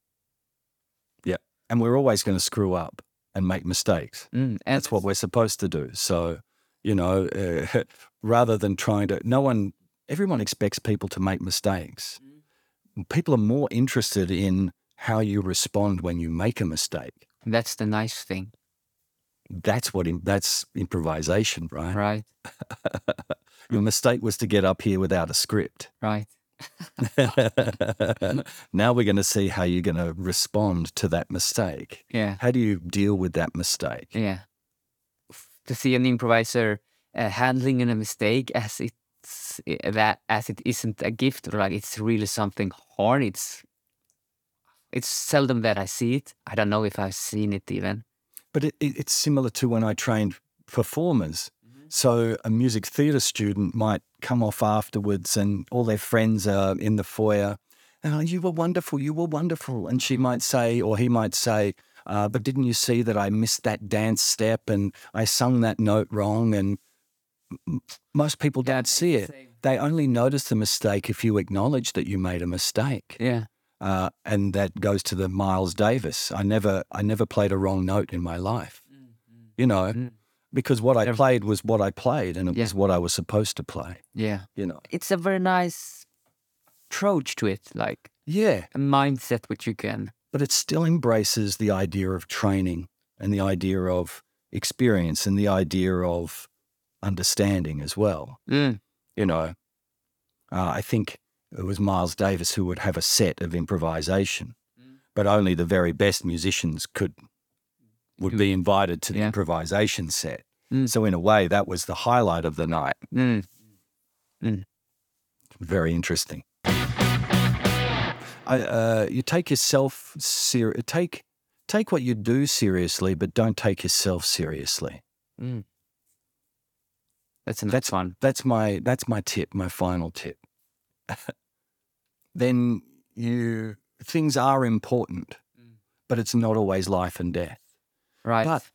S2: And we're always going to screw up and make mistakes.
S1: Mm, and
S2: That's what we're supposed to do. So, you know, uh, rather than trying to, no one, everyone expects people to make mistakes. People are more interested in how you respond when you make a mistake.
S1: that's the nice thing,
S2: That's what, im that's improvisation, right?
S1: right?
S2: Your mistake was to get up here without a script.
S1: Right.
S2: now we're going to see how you're going to respond to that mistake.
S1: Yeah.
S2: How do you deal with that mistake?
S1: Yeah. F- To see an improviser uh, handling in a mistake as it's i- that as it isn't a gift, like it's really something hard. It's it's seldom that I see it. I don't know if I've seen it even.
S2: But it, it, it's similar to when I trained performers. So a music theatre student might come off afterwards and all their friends are in the foyer. Oh, you were wonderful, you were wonderful. And she might say, or he might say, uh, but didn't you see that I missed that dance step and I sung that note wrong? And m- most people don't see it. They only notice the mistake if you acknowledge that you made a mistake
S1: Yeah.
S2: uh, and that goes to the Miles Davis. I never, I never played a wrong note in my life, you know,
S1: Mm.
S2: because what I
S1: Never.
S2: played was what I played, and it
S1: Yeah.
S2: was what I was supposed to play,
S1: Yeah.
S2: you know.
S1: It's a very nice approach to it, like
S2: Yeah,
S1: a mindset which you can.
S2: but it still embraces the idea of training and the idea of experience and the idea of understanding as well.
S1: Mm.
S2: you know, uh, I think it was Miles Davis who would have a set of improvisation,
S1: Mm.
S2: but only the very best musicians could would
S1: Do
S2: be invited to the
S1: Yeah.
S2: improvisation set.
S1: Mm.
S2: So in a way, that was the highlight of the night.
S1: Mm.
S2: Very interesting. I, uh, you take yourself ser- take take what you do seriously, but don't take yourself seriously.
S1: Mm. That's another
S2: That's-
S1: one.
S2: That's my that's my tip, my final tip. then you things are important,
S1: Mm.
S2: but it's not always life and death.
S1: Right.
S2: But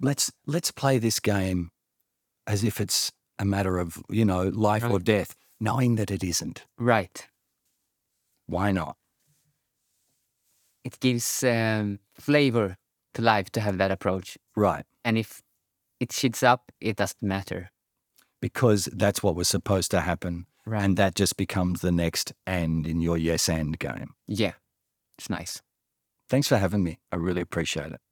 S2: let's let's play this game as if it's a matter of, you know, life or
S1: Right.
S2: death, knowing that it isn't.
S1: right.
S2: Why not?
S1: It gives um, flavor to life to have that approach.
S2: Right.
S1: and if it shits up, it doesn't matter.
S2: Because that's what was supposed to happen.
S1: Right.
S2: And that just becomes the next and in your yes and game.
S1: yeah, it's nice.
S2: Thanks for having me. I really appreciate it.